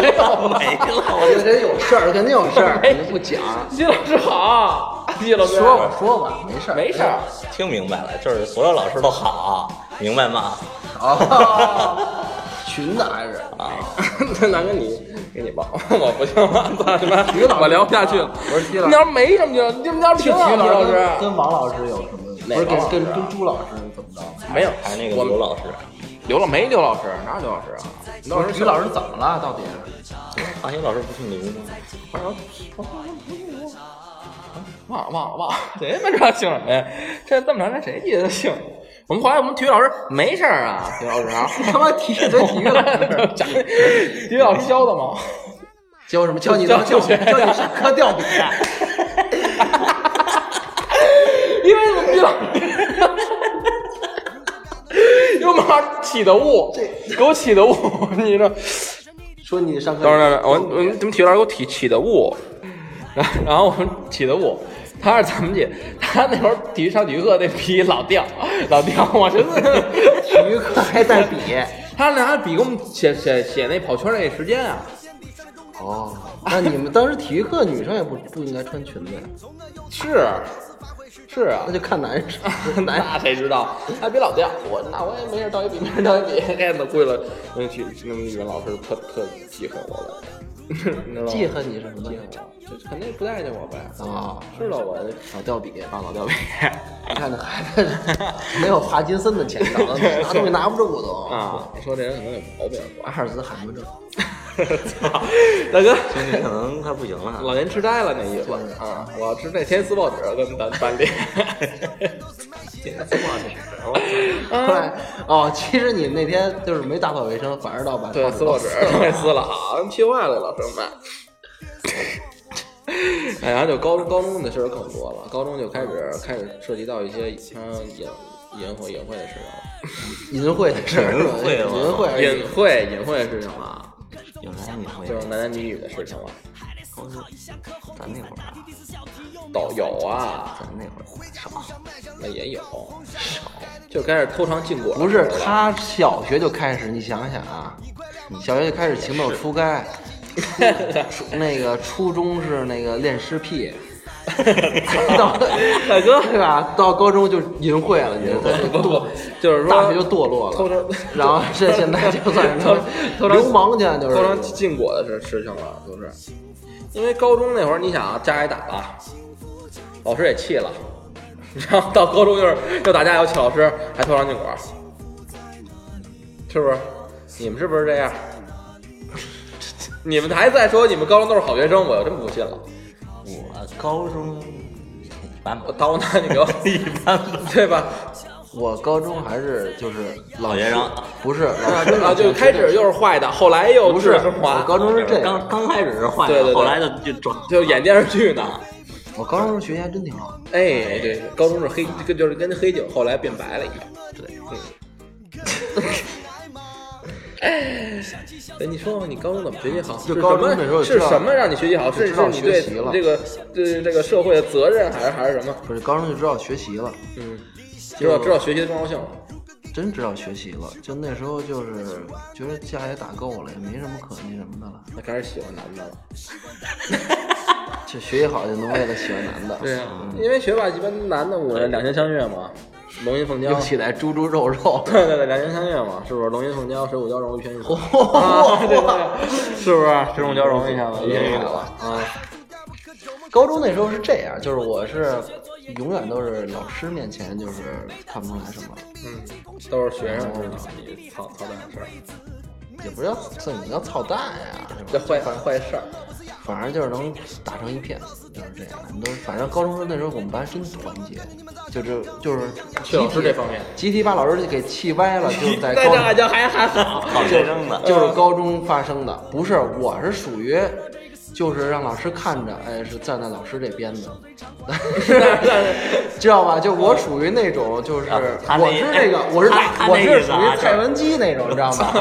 Speaker 3: 没了。
Speaker 2: 我觉得人有事儿，肯定有 事儿，肯定不讲。
Speaker 1: 季老师好， 季老师
Speaker 2: 说吧说吧，没事儿
Speaker 1: 没事儿。，
Speaker 3: 听明白了，就是所有老师都好，明白吗？
Speaker 2: 哦，哎群的还是
Speaker 3: 啊，
Speaker 1: 那南哥你给你吧， 我不行了，操你妈
Speaker 2: 体育老师
Speaker 1: 我啊聊不下去了。
Speaker 2: 不是体育老
Speaker 1: 你
Speaker 2: 师
Speaker 1: 要没什么就，你们要
Speaker 2: 体
Speaker 1: 挺
Speaker 2: 育
Speaker 1: 好的老
Speaker 2: 跟
Speaker 1: 师，
Speaker 2: 跟王老师有什么？不
Speaker 1: 哪
Speaker 2: 是
Speaker 1: 个老师
Speaker 2: 跟跟
Speaker 1: 啊
Speaker 2: 跟朱老师怎么着？
Speaker 1: 没有，
Speaker 3: 还有那个
Speaker 1: 我
Speaker 3: 刘
Speaker 1: 们
Speaker 3: 老师，
Speaker 1: 刘老没刘老师，哪有刘老师啊？刘老师
Speaker 2: 体育老师怎么了？到底？
Speaker 3: 大学老师不姓刘吗？
Speaker 1: 忘了忘了忘了，谁他妈知道姓什么呀？这这么长时间谁记得姓？我们后来我们体育老师没事儿啊，体育老师，
Speaker 2: 他妈体 育对体育老师。
Speaker 1: 体育老师教的吗？
Speaker 2: 教什么？教你教教
Speaker 1: 教学
Speaker 2: 教你上课掉笔。
Speaker 1: 因为我们体育老师，因为我们老师起的雾，给我起的雾，你知道。
Speaker 2: 说你上课
Speaker 1: 等会儿，等会儿，我我们怎么体育老师给我提起的雾，然后然后我们起的雾，他是怎么解？他那会儿体育上体育课那笔老掉，老掉，我真
Speaker 2: 体
Speaker 1: 的。
Speaker 2: 育课还带笔。
Speaker 1: 他拿笔给我们写写写那跑圈那时间啊，
Speaker 2: 哦，那你们当时体育课女生也不不应该穿裙子呀，
Speaker 1: 是是啊
Speaker 2: 那，就看男 生。
Speaker 1: 那谁知道？他笔老掉，我那我也没事倒一笔，没事倒一笔， 哎，那跪了，那体那语文老师特特记恨我了， 你知道吗？
Speaker 2: 记恨你什么
Speaker 1: 记
Speaker 2: 呢
Speaker 1: 恨我，就肯定不待见我呗，
Speaker 2: 啊，
Speaker 1: 知道我
Speaker 2: 老掉笔，
Speaker 1: 大老 掉笔。
Speaker 2: 你看这孩子没有帕金森的前兆，拿东西拿不住 都。
Speaker 1: 啊，你说这人可能有毛病。
Speaker 2: 阿尔兹海默症，
Speaker 1: 大哥，
Speaker 3: 兄弟可能快不行了。
Speaker 1: 老年痴呆了那意思
Speaker 2: 就是
Speaker 1: 啊！我要吃那天撕报纸跟咱班 里，啊
Speaker 3: 嗯
Speaker 2: 后来哦，其实你那天就是没打扫卫生，反而到把哦
Speaker 1: 对，撕报纸给撕了啊，气坏了老师们。哎，然后就高高中的事儿更多了，高中就开始开始涉及到一些嗯隐隐晦隐晦的事情
Speaker 2: 淫秽 的事儿，
Speaker 3: 淫秽了
Speaker 2: 淫秽
Speaker 1: 了，
Speaker 2: 而已
Speaker 1: 隐晦隐晦的事情了，
Speaker 3: 有男女会
Speaker 1: 就是男男女女的事情了。
Speaker 3: 咱那会儿啊，
Speaker 1: 都有啊，
Speaker 3: 咱那会儿少，
Speaker 1: 那也有，就开始偷尝禁果了。
Speaker 2: 不是，他小学就开始，你想想啊，小学就开始情窦初开，初 那个初中是那个练尸癖，到
Speaker 1: 大哥
Speaker 2: 对吧？到高中就淫秽了，你
Speaker 1: 不
Speaker 2: 这
Speaker 1: 不不，就是说
Speaker 2: 大学就堕落
Speaker 1: 偷
Speaker 2: 了
Speaker 1: 着，
Speaker 2: 然后这现在就算是
Speaker 1: 偷着
Speaker 2: 流氓去，就
Speaker 1: 偷尝
Speaker 2: 是
Speaker 1: 禁果的事事情了，就是因为高中那会儿，你想啊，家也打了，老师也气了，然后到高中就是又打架又气老师，还偷尝禁果，是不是？你们是不是这样？ 你们还在说你们高中都是好学生，我真不信了。
Speaker 3: 我高中一般吧
Speaker 1: 我，刀拿你给我，
Speaker 3: 一 般吧。
Speaker 1: 对吧？
Speaker 2: 我高中还是就是老
Speaker 3: 好学
Speaker 2: 师
Speaker 3: 生，
Speaker 2: 不是老师
Speaker 1: 然啊后就开始又是坏的，后来又
Speaker 2: 不是
Speaker 1: 升华
Speaker 2: 我，高中是这样，
Speaker 3: 刚刚开始是坏
Speaker 1: 对对
Speaker 3: 的，
Speaker 1: 对
Speaker 3: 后来就就转
Speaker 1: 就演电视剧呢。
Speaker 2: 我高中学习还真挺好，
Speaker 1: 哎，对，高中是黑，跟就是跟黑警后来变白了一样。对，嗯 哎，你说说你高中怎么学习好？
Speaker 2: 就高中
Speaker 1: 是
Speaker 2: 那
Speaker 1: 什
Speaker 2: 时
Speaker 1: 么
Speaker 2: 候有
Speaker 1: 是
Speaker 2: 知道
Speaker 1: 什么让你学习好？是
Speaker 2: 知
Speaker 1: 是
Speaker 2: 道
Speaker 1: 你对
Speaker 2: 学习了
Speaker 1: 这个对这个社会的责任，还是还是什么？
Speaker 2: 不是高中就知道学习了，
Speaker 1: 嗯，知道知道学习的重要性了。
Speaker 2: 真知道学习了。就那时候就是觉得架也打够了，也没什么可那什么的了，
Speaker 1: 那开始喜欢男的了。
Speaker 2: 就学习好就能为了喜欢男的，
Speaker 1: 对啊呀、嗯因为学霸一般男的，我两情相悦嘛，龙吟凤娇
Speaker 2: 又。起来猪猪肉肉。
Speaker 1: 对对对，两情相悦嘛，是不是？龙吟凤娇，水谷交融，一片一手。
Speaker 2: 哇
Speaker 1: 啊对对对，是不是？水谷交融一下子，一片一手啊。
Speaker 2: 啊！高中那时候是这样，就是我是永远都是老师面前就是看不出来什么，
Speaker 1: 嗯，都是学生知道你操操蛋的事儿，
Speaker 2: 也不叫算你叫操蛋呀，是吧
Speaker 1: 这坏坏坏事儿。
Speaker 2: 反正就是能打成一片，就是这样。我们都反正高中时候那时候我们班真团结，就是就是
Speaker 1: 去老
Speaker 2: 集
Speaker 1: 师
Speaker 2: 体
Speaker 1: 这方面
Speaker 2: 集体把老师就给气歪了，就是 在高
Speaker 1: 那就还还好，
Speaker 3: 啊好学 生的。
Speaker 2: 就是高中发生的，不是我是属于。就是让老师看着，哎，是站在老师这边 的，知道吧？就我属于那种，就是
Speaker 3: 啊他那
Speaker 2: 我是那个，
Speaker 3: 哎
Speaker 2: 我是
Speaker 3: 他他那
Speaker 2: 我是
Speaker 3: 意思
Speaker 2: 属
Speaker 3: 啊
Speaker 2: 于蔡文姬那种，你知道吗？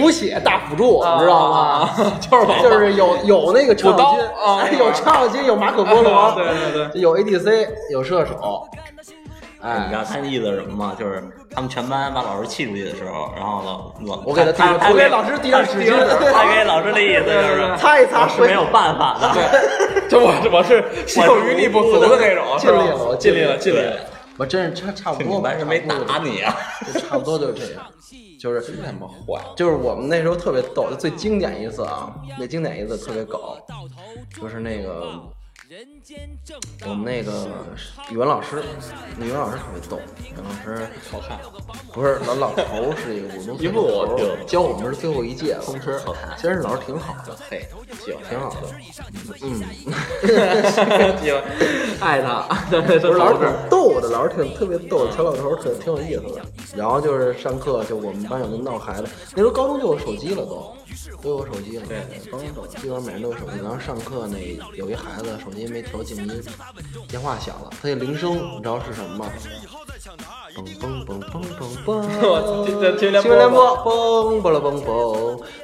Speaker 2: 补血大辅助，
Speaker 1: 啊
Speaker 2: 你知道吗？
Speaker 1: 就是往
Speaker 2: 就是有有那个程咬金
Speaker 1: 补刀啊，
Speaker 2: 有程咬金，有马可波
Speaker 1: 啊
Speaker 2: 罗，
Speaker 1: 对对
Speaker 2: 对，有 ADC，有射手，
Speaker 3: 你知
Speaker 2: 哎，
Speaker 3: 道他的意思是什么吗？就是他们全班把老师气出去的时候，然后老老
Speaker 2: 我给他
Speaker 3: 他
Speaker 2: 递
Speaker 3: 他
Speaker 2: 我给
Speaker 3: 给
Speaker 2: 老师递上纸巾
Speaker 3: 他给老师的意思就
Speaker 1: 对对对
Speaker 3: 是
Speaker 2: 擦一擦
Speaker 3: 我是没有
Speaker 2: 灰
Speaker 3: 办法的。
Speaker 1: 就我我是心有余力不足的那种，
Speaker 2: 尽力了
Speaker 1: 是吧
Speaker 2: 我
Speaker 1: 尽
Speaker 2: 尽
Speaker 1: 力
Speaker 2: 力
Speaker 1: 了，
Speaker 2: 了
Speaker 1: 尽力了。
Speaker 2: 我真是差差不
Speaker 3: 你
Speaker 2: 多
Speaker 3: 们
Speaker 2: 吧，
Speaker 3: 班是没打你啊？
Speaker 2: 就 差不多就是这样，就是
Speaker 1: 真他妈坏！
Speaker 2: 就是我们那时候特别逗，最经典一次啊，那经典一次特别搞，就是那个我们那个语文老师，那语文老师特别逗，语文老师
Speaker 1: 好看，
Speaker 2: 不是老老头儿是一个五十多岁
Speaker 1: 一
Speaker 2: 的
Speaker 1: 副我
Speaker 2: 头儿
Speaker 1: 就
Speaker 2: 教我们是最后一届了，风
Speaker 3: 好看
Speaker 2: 其实老师挺好的，
Speaker 1: 嘿，
Speaker 3: 哎
Speaker 1: 喜欢
Speaker 2: 挺好的，
Speaker 1: 他，喜欢，嗯爱 他。
Speaker 2: 不是 老师挺逗的，老师挺特别逗，小老头儿挺挺有意思的。然后就是上课，就我们班有那闹孩子，那时候高中就有手机了都，都有手机了。
Speaker 1: 对，帮手
Speaker 2: 基本上每人都有手机，然后上课那有一孩子手机没调静音，电话响了，他那铃声你知道是什 么吗？嘣嘣嘣嘣嘣嘣！
Speaker 1: 我听这听
Speaker 2: 新闻联播，嘣嘣了嘣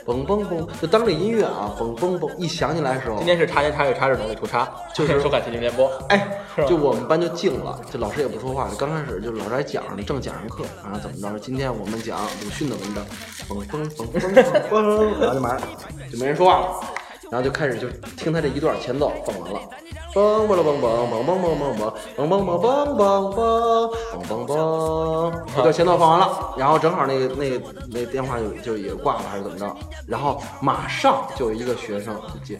Speaker 2: 嘣嘣嘣嘣，就当这音乐啊，嘣嘣嘣，一响起来的时候
Speaker 1: 今，天是茶间茶语茶日能力出差，就是收看天津联播。
Speaker 2: 哎
Speaker 1: 是吧，
Speaker 2: 就我们班就静了，就老师也不说话。刚开始就老师还讲呢，正讲上课，然后怎么着？今天我们讲鲁迅的文章，嘣嘣嘣嘣嘣嘣，然后就马上就没人说话了，然后就开始就听他这一段前奏放完了。嘣嘣了嘣嘣嘣嘣嘣嘣嘣嘣嘣嘣嘣嘣嘣嘣嘣，就前奏放完了，然后正好那个那个那电话就就也挂了还是怎么着，然后马上就有一个学生就接，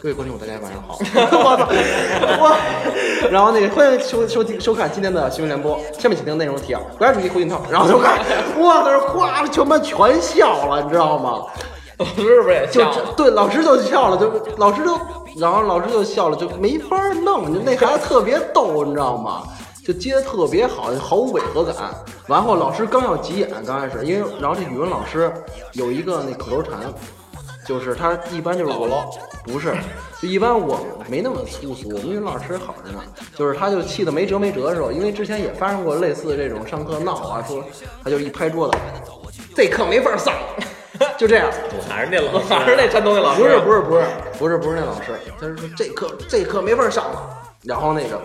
Speaker 2: 各位观众大家晚上好， 我操，我，然后那个欢迎收收听收看今天的新闻联播，下面请听内容提啊要，国家主席胡锦涛，然后就看，哇，那哗，全班全笑了，你知道吗？
Speaker 1: 老师不是也
Speaker 2: 就
Speaker 1: 笑
Speaker 2: 这
Speaker 1: 了？
Speaker 2: 对老师就笑了，就老师就，然后老师就笑了，就没法弄，就那孩子特别逗，你知道吗？就接的特别好，毫无违和感。完后老师刚要急眼，刚开始，因为然后这语文老师有一个那口头禅，就是他一般就是我不是，就一般我没那么粗俗，我们语文老师好着呢，就是他就气得没辙没辙的时候，因为之前也发生过类似这种上课闹啊，说他就一拍桌子，这课没法上。就这样。
Speaker 3: 我还是那老师，
Speaker 1: 还是那山东那老师，
Speaker 2: 不是不是不是不是不是那老师，他是说这课这课没法上了。然后那个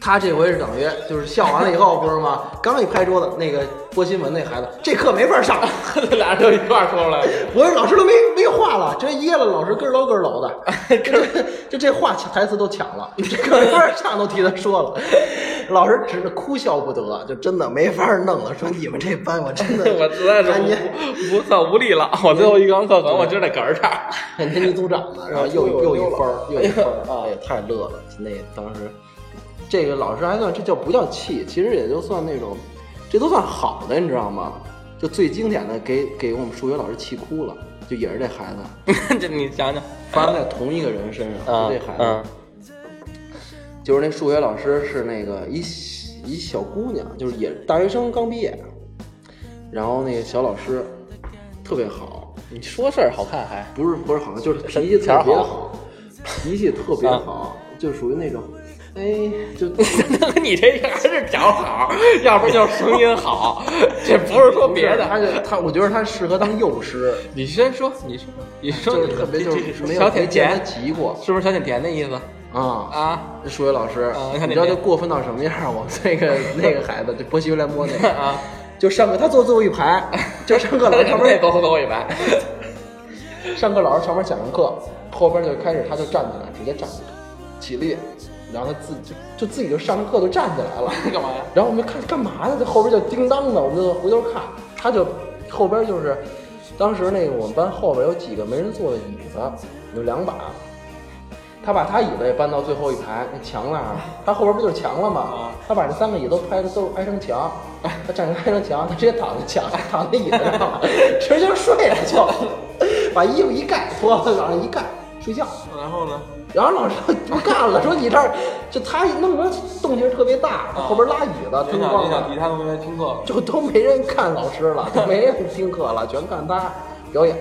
Speaker 2: 他这回是等于就是笑完了以后，不是吗？刚一拍桌子，那个播新闻那孩子这课没法上了。
Speaker 1: 是，俩人就一块儿说出来了。
Speaker 2: 我说老师都没没话了，直接噎了老师咯喽咯喽的，就这就这话台词都抢 了，这歌儿上都替他说了，老师只是哭笑不得，就真的没法弄了，说你们这班 我真的
Speaker 1: 我实在是
Speaker 2: 哎你
Speaker 1: 无无策无力了，我最后一堂课可能我就得搁这儿。
Speaker 2: 很天女组长呢，然后 又又一分儿，哎又一分儿，哎呀，太乐了！那当时这个老师还算这叫不叫气？其实也就算那种，这都算好的，你知道吗？就最经典的给给我们数学老师气哭了，就也是这孩子。
Speaker 1: 这你想想，
Speaker 2: 发生在同一个人身上，
Speaker 1: 嗯
Speaker 2: 就这孩子，
Speaker 1: 嗯
Speaker 2: 就是那数学老师是那个一小一小姑娘，就是也大学生刚毕业，然后那个小老师特别好，
Speaker 1: 你说事儿好看还
Speaker 2: 不是不是好像就是脾气特别好，脾气特别
Speaker 1: 啊
Speaker 2: 好，就属于那种，哎， 就
Speaker 1: 你这还是条好，要不然就是声音好，这不是说别
Speaker 2: 他
Speaker 1: 的。
Speaker 2: 就他，我觉得他适合当幼师，
Speaker 1: 你先说，你说，你说
Speaker 2: 就
Speaker 1: 你
Speaker 2: 是
Speaker 1: 的，
Speaker 2: 特别就是
Speaker 1: 这
Speaker 2: 没
Speaker 1: 小
Speaker 2: 有没
Speaker 1: 甜
Speaker 2: 见他
Speaker 1: 甜，
Speaker 2: 急过
Speaker 1: 是不是小甜甜的意思
Speaker 2: 啊。
Speaker 1: 啊？
Speaker 2: 这数学老师
Speaker 1: 啊，看那
Speaker 2: 你知道
Speaker 1: 边
Speaker 2: 就过分到什么样儿？我们 那个那个孩子，就波西来摸那个
Speaker 1: 啊，
Speaker 2: 就上课他坐最后 一排，就上课老师上
Speaker 1: 不是也
Speaker 2: 边
Speaker 1: 多多一百？
Speaker 2: 上课老师上边讲完课，后边就开始他就站起来，直接站起来，起立，然后他自己就就自己就上着课就站起来了，
Speaker 1: 干嘛呀？
Speaker 2: 然后我们看干嘛呢？这后边就叮当的，我们就回头看，他就后边就是，当时那个我们班后边有几个没人坐的椅子，有两把，他把他椅子也搬到最后一排那墙那儿，他后边不就是墙了吗
Speaker 1: 啊？
Speaker 2: 他把这三个椅子都拍的都挨成墙，他站着挨成墙，他直接躺在墙上，躺在椅子上，直接就睡了就，把衣服一盖，脱了往上一盖睡觉。
Speaker 1: 然后呢？
Speaker 2: 然后老师不干了，说你这儿就他一弄成动静特别大，
Speaker 1: 啊
Speaker 2: 他后边拉椅子，
Speaker 1: 你
Speaker 2: 叮
Speaker 1: 想
Speaker 2: 咣
Speaker 1: 你想替
Speaker 2: 的，
Speaker 1: 他同学听课，
Speaker 2: 就都没人看老师了，就没人听课了，全看他 表演。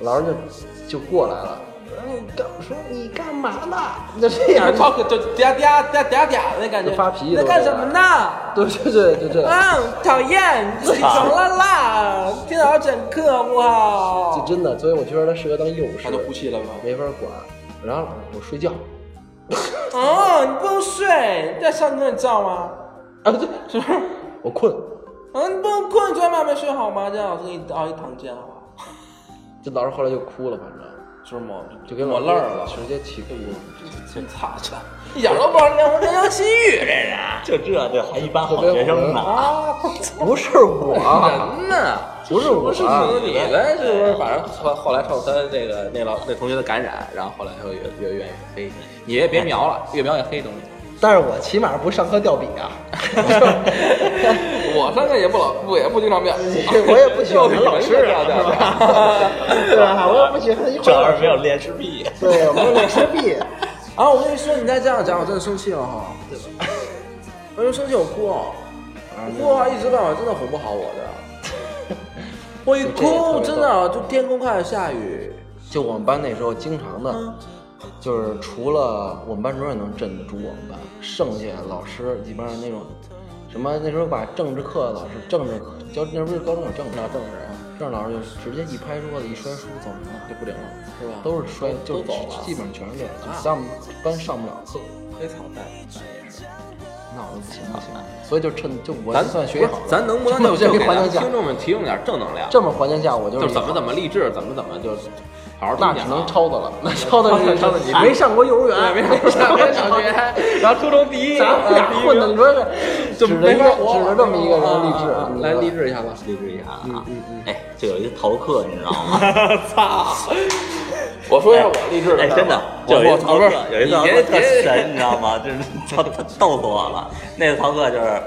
Speaker 2: 老师就就过来了，然后干说你干嘛呢？就这 样，
Speaker 1: 操， 就嗲嗲嗲嗲嗲那感觉，
Speaker 2: 就发脾气
Speaker 1: 那
Speaker 2: 都
Speaker 1: 干
Speaker 2: 这
Speaker 1: 什
Speaker 2: 样
Speaker 1: 么呢？
Speaker 2: 对对对对对，
Speaker 1: 啊，讨 厌，怎么了啦？听到整课好不
Speaker 2: 就
Speaker 1: 好？
Speaker 2: 真的，所以我觉得他适合当幼师
Speaker 1: 他，就哭泣了吧？
Speaker 2: 没法管。然后我睡觉，
Speaker 1: 哦，你不用睡，在上课你知道吗？
Speaker 2: 啊对，是我困，
Speaker 1: 嗯，你不用困，昨天晚上没睡好吗？这样老师给你熬一堂见好吧？
Speaker 2: 这老师后来就哭了，反正
Speaker 1: 就是抹，
Speaker 2: 就给
Speaker 1: 抹
Speaker 2: 老师
Speaker 1: 泪儿了。
Speaker 2: 直接气哭了。
Speaker 1: 真操这，嗯一点都不让人人生心语，这人
Speaker 3: 啊就这这还一般好学生呢。
Speaker 1: 啊，
Speaker 2: 不是我，啊
Speaker 1: 人呢？
Speaker 2: 不是我，
Speaker 1: 是你们是不是？反正后后来受他那个那老那同学的感染，然后后来就越越愿意黑。你也别瞄了，越瞄越黑东西。
Speaker 2: 但是我起码不上课掉笔啊，
Speaker 1: 我上课也不老不也不经常变，
Speaker 2: 我也不喜欢男老师啊，
Speaker 1: 对
Speaker 2: 对吧？ 对吧？我也不喜欢一
Speaker 3: 这
Speaker 2: 会
Speaker 3: 要是
Speaker 2: 儿，
Speaker 3: 没有恋尸癖，
Speaker 2: 对，我们老师 毕，
Speaker 1: 啊，我跟你说，你再这样讲，我真的生气了哈，对吧？我就生气，我哭啊，我哭啊，一时半会儿真的哄不好我的。我一哭，真的就天空开始下雨，
Speaker 2: 就我们班那时候经常
Speaker 1: 嗯
Speaker 2: 的，就是除了我们班主任能镇得住我们班，剩下老师基本上那种什么那时候把政治课老师政治课教那不是高中有政治政治啊，政治老师就直接一拍桌子一摔书走人了，就不领了。
Speaker 1: 是吧？
Speaker 2: 都是摔，就
Speaker 1: 都走了
Speaker 2: 基本上全是这样，咱们班上不了课，
Speaker 1: 非常淡。
Speaker 2: 那我行不行？所以就趁就我
Speaker 1: 咱
Speaker 2: 算学习好了，
Speaker 1: 咱能不能就
Speaker 2: 这
Speaker 1: 就
Speaker 2: 么
Speaker 1: 给
Speaker 2: 这个环
Speaker 1: 咱
Speaker 2: 境下
Speaker 1: 听，众们提供点正能量？
Speaker 2: 这么环境下我就
Speaker 1: 就是是怎么怎么励志，怎么怎么就好好听
Speaker 2: 那只
Speaker 1: 讲
Speaker 2: 能
Speaker 1: 啊。
Speaker 2: 抄的了，那抄的是
Speaker 1: 抄的你
Speaker 2: 没上过幼儿园，
Speaker 1: 对， 没上上没上学， 然后初中第一，
Speaker 2: 咱们俩混的，你说是
Speaker 1: 就
Speaker 2: 只
Speaker 1: 没
Speaker 2: 能
Speaker 1: 法活
Speaker 2: 只能这么一个人励志
Speaker 1: 啊啊啊，
Speaker 2: 你
Speaker 1: 来
Speaker 2: 说
Speaker 1: 励志一下吧。
Speaker 3: 励志一下
Speaker 1: 嗯
Speaker 3: 啊！哎，就有一个逃课，你知道吗？
Speaker 1: 操！我说一下我励志的
Speaker 3: 哎，
Speaker 1: 事儿吧，
Speaker 3: 真的，就有
Speaker 1: 我
Speaker 3: 一
Speaker 1: 我
Speaker 3: 逃
Speaker 1: 不
Speaker 3: 课
Speaker 1: 是，
Speaker 3: 有一
Speaker 1: 你
Speaker 3: 逃
Speaker 1: 别
Speaker 3: 课特
Speaker 1: 别
Speaker 3: 神，你知道吗？就是他他逗死我了。那次逃课就是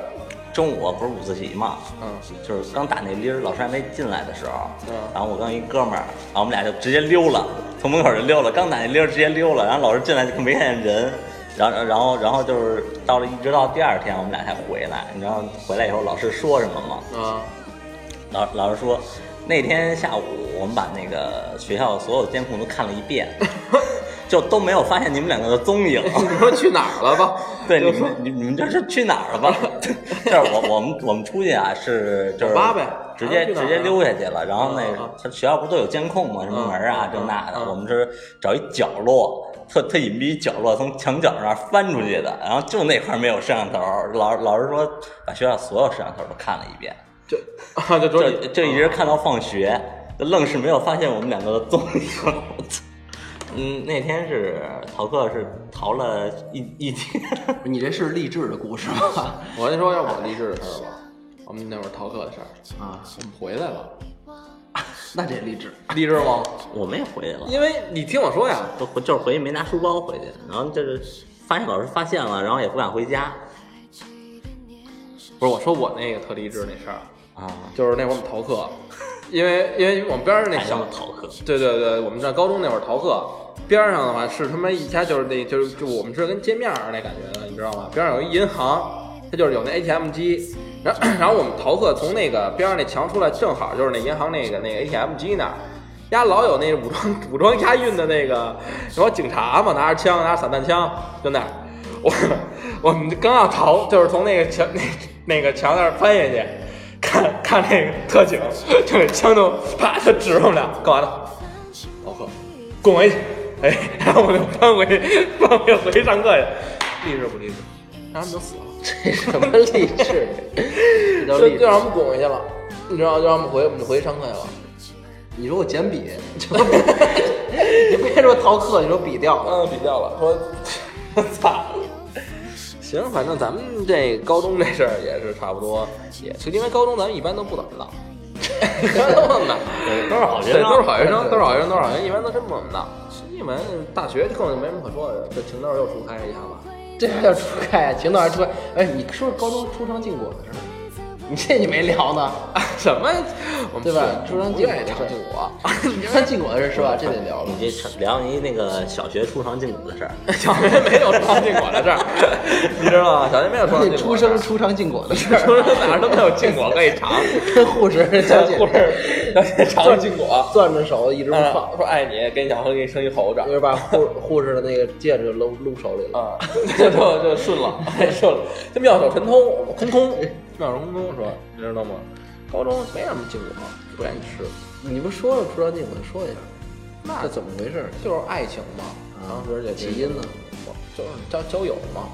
Speaker 3: 中午不是午自习嘛，
Speaker 1: 嗯，
Speaker 3: 就是刚打那铃儿，老师还没进来的时候，
Speaker 1: 嗯
Speaker 3: 然后我跟一哥们儿，然后我们俩就直接溜了，从门口就溜了，刚打那铃儿直接溜了，然后老师进来就没看见人，然后然后然后就是到了一直到第二天我们俩才回来，你知道回来以后老师说什么吗？
Speaker 1: 啊，
Speaker 3: 老老师说，那天下午我们把那个学校所有监控都看了一 遍，就都没有发现你们两个的踪影。
Speaker 1: 你说去哪儿了吧？
Speaker 3: 对，
Speaker 1: 就
Speaker 3: 你
Speaker 1: 说
Speaker 3: 们你你们这是去哪儿了吧？就是我我们我们出去啊，是就是
Speaker 1: 酒吧呗，
Speaker 3: 直接
Speaker 1: 他去哪儿
Speaker 3: 直
Speaker 1: 啊
Speaker 3: 接溜下去了。然后那
Speaker 1: 啊啊
Speaker 3: 个他学校不都有监控吗？什么门儿啊
Speaker 1: 嗯，
Speaker 3: 这那的
Speaker 1: 嗯。嗯
Speaker 3: 我们是找一角落，特特隐蔽一角落，从墙角那儿翻出去的。然后就那块儿没有摄像头，老老师说把学校所有摄像头都看了一遍，
Speaker 1: 就啊，就说
Speaker 3: 这
Speaker 1: 你
Speaker 3: 这一直看到放学，愣是没有发现我们两个的踪影。嗯，那天是逃课是逃了一一天，
Speaker 2: 你这是励志的 故事吧？
Speaker 1: 我跟你说，要我励志的事儿吧，我们那会儿逃课的事儿，
Speaker 2: 啊，
Speaker 1: 我们回来了，
Speaker 2: 那这励志。
Speaker 1: 励志吗？
Speaker 3: 我们也回去了。
Speaker 1: 因为你听我说呀，
Speaker 3: 都回就是回去没拿书包回去，然后就是发现老师发现了，然后也不敢回家
Speaker 1: 不是我说我那个特励志那事儿，
Speaker 3: 啊，
Speaker 1: 就是那会儿我们逃课，因为因为我们边上那
Speaker 3: 还他
Speaker 1: 小
Speaker 3: 妈逃课。
Speaker 1: 对对对，我们上高中那会儿逃课，边儿上的话是他妈一家就是那就是就我们是跟街面儿那感觉的，你知道吗？边上有一银行，它就是有那 ATM 机，然后 然后我们逃课从那个边上那墙出来，正好就是那银行那个那个 ATM 机那儿。丫老有那武装武装押运的那个什么警察嘛，拿着枪，拿着散弹枪，就那儿。我我们刚要逃，就是从那个墙那那个墙那儿翻下去，看看那个特警，就那枪就啪就指着我们俩，干嘛呢？逃课，滚回去！哎， 然后我就翻回翻回回去上课去，励志不励志？让他们都死了，
Speaker 2: 这 什么励志？ 这叫励
Speaker 1: 就就
Speaker 2: 志。
Speaker 1: 让我们滚回去了，你知道，就让我们回我们就回去上课去了。
Speaker 2: 你说我捡 笔，你别说逃课，你说笔掉了。
Speaker 1: 嗯，比较了，我操。 行，反正咱们这高中这事儿也是差不多，也是因为高中咱们一般都不怎么闹， 都不怎么闹，
Speaker 3: 都是好学生
Speaker 1: 对，都是好学生，都是好学生，都是好学生，一般都真不怎么闹。你们大学更就没什么可说的，这情窦又初开一下吧。
Speaker 2: 这叫初开，情窦还初开。哎，你说说高中出生禁果的事儿，你这你没聊呢，
Speaker 1: 啊什么？我们
Speaker 2: 对吧？出生
Speaker 1: 不
Speaker 2: 禁果
Speaker 1: 愿
Speaker 2: 的
Speaker 1: 意
Speaker 2: 事
Speaker 1: 尝禁果。
Speaker 2: 儿，出生禁果的事儿是吧？这得聊了。
Speaker 3: 你这聊你那个小学出场禁果 的事儿，
Speaker 1: 小学没有出禁果的事儿， 你知道吗？小学没有出
Speaker 2: 你
Speaker 1: 禁
Speaker 2: 出
Speaker 1: 果的事儿，
Speaker 2: 生出生禁果的事儿，
Speaker 1: 出生哪儿都没有禁果可以尝，
Speaker 2: 跟护士啊小姐
Speaker 1: 或者小姐尝禁果，
Speaker 2: 攥着手一直不放，
Speaker 1: 说爱你，给你小猴给你生一猴子
Speaker 2: 一，直把护护士的那个戒指搂撸手里了。
Speaker 1: 啊，就就就顺 了，哎顺了，就妙手神通，空空，妙手空空说，你知道吗？高中没什么禁果，不愿意吃，
Speaker 2: 你不说了出生禁果，说一下，
Speaker 1: 那
Speaker 2: 这怎么回事儿？
Speaker 1: 就是爱情嘛，当时也
Speaker 2: 起因呢，
Speaker 1: 就是交交友嘛，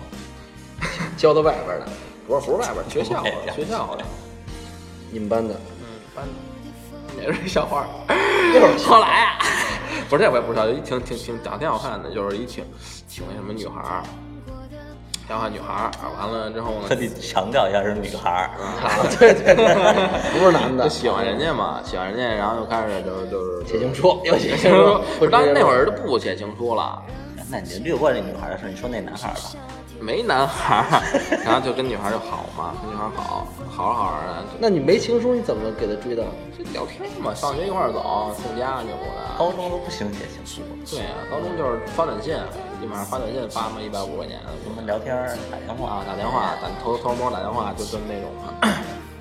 Speaker 2: 交到外边儿的，
Speaker 1: 不是不是外边儿，学校 的学校的。
Speaker 2: 你们 班的。
Speaker 1: 班也是小花儿。 后来啊，不是这我也不知道，就一挺挺挺长得挺好看的，就是一挺挺那什么女孩儿，挺好看女孩儿。啊完了之后
Speaker 3: 特
Speaker 1: 呢，
Speaker 3: 地强调一下是女孩儿，啊
Speaker 2: 对对对， 不是男的
Speaker 1: 就。喜欢人家嘛，喜欢人家，然后就开始就就是
Speaker 2: 写情书，要写
Speaker 1: 写情书。不是当时那会儿都不写情书了，
Speaker 3: 那你就略过那女孩儿的事，你说那男孩儿吧。
Speaker 1: 没男孩儿， 然后就跟女孩儿就好嘛，跟女孩儿好，好着好着呢
Speaker 2: 那你没情书，你怎么给他追到？
Speaker 1: 就就聊天嘛，上学一块儿走，送家去我的。
Speaker 3: 高中都不兴写情书，
Speaker 1: 对啊，高中就是发短信，基本上发短信发嘛一百五十块钱，
Speaker 3: 我们聊天儿打电
Speaker 1: 啊
Speaker 3: 话，
Speaker 1: 打电话，打偷偷摸摸打电话，就就是那种嘛。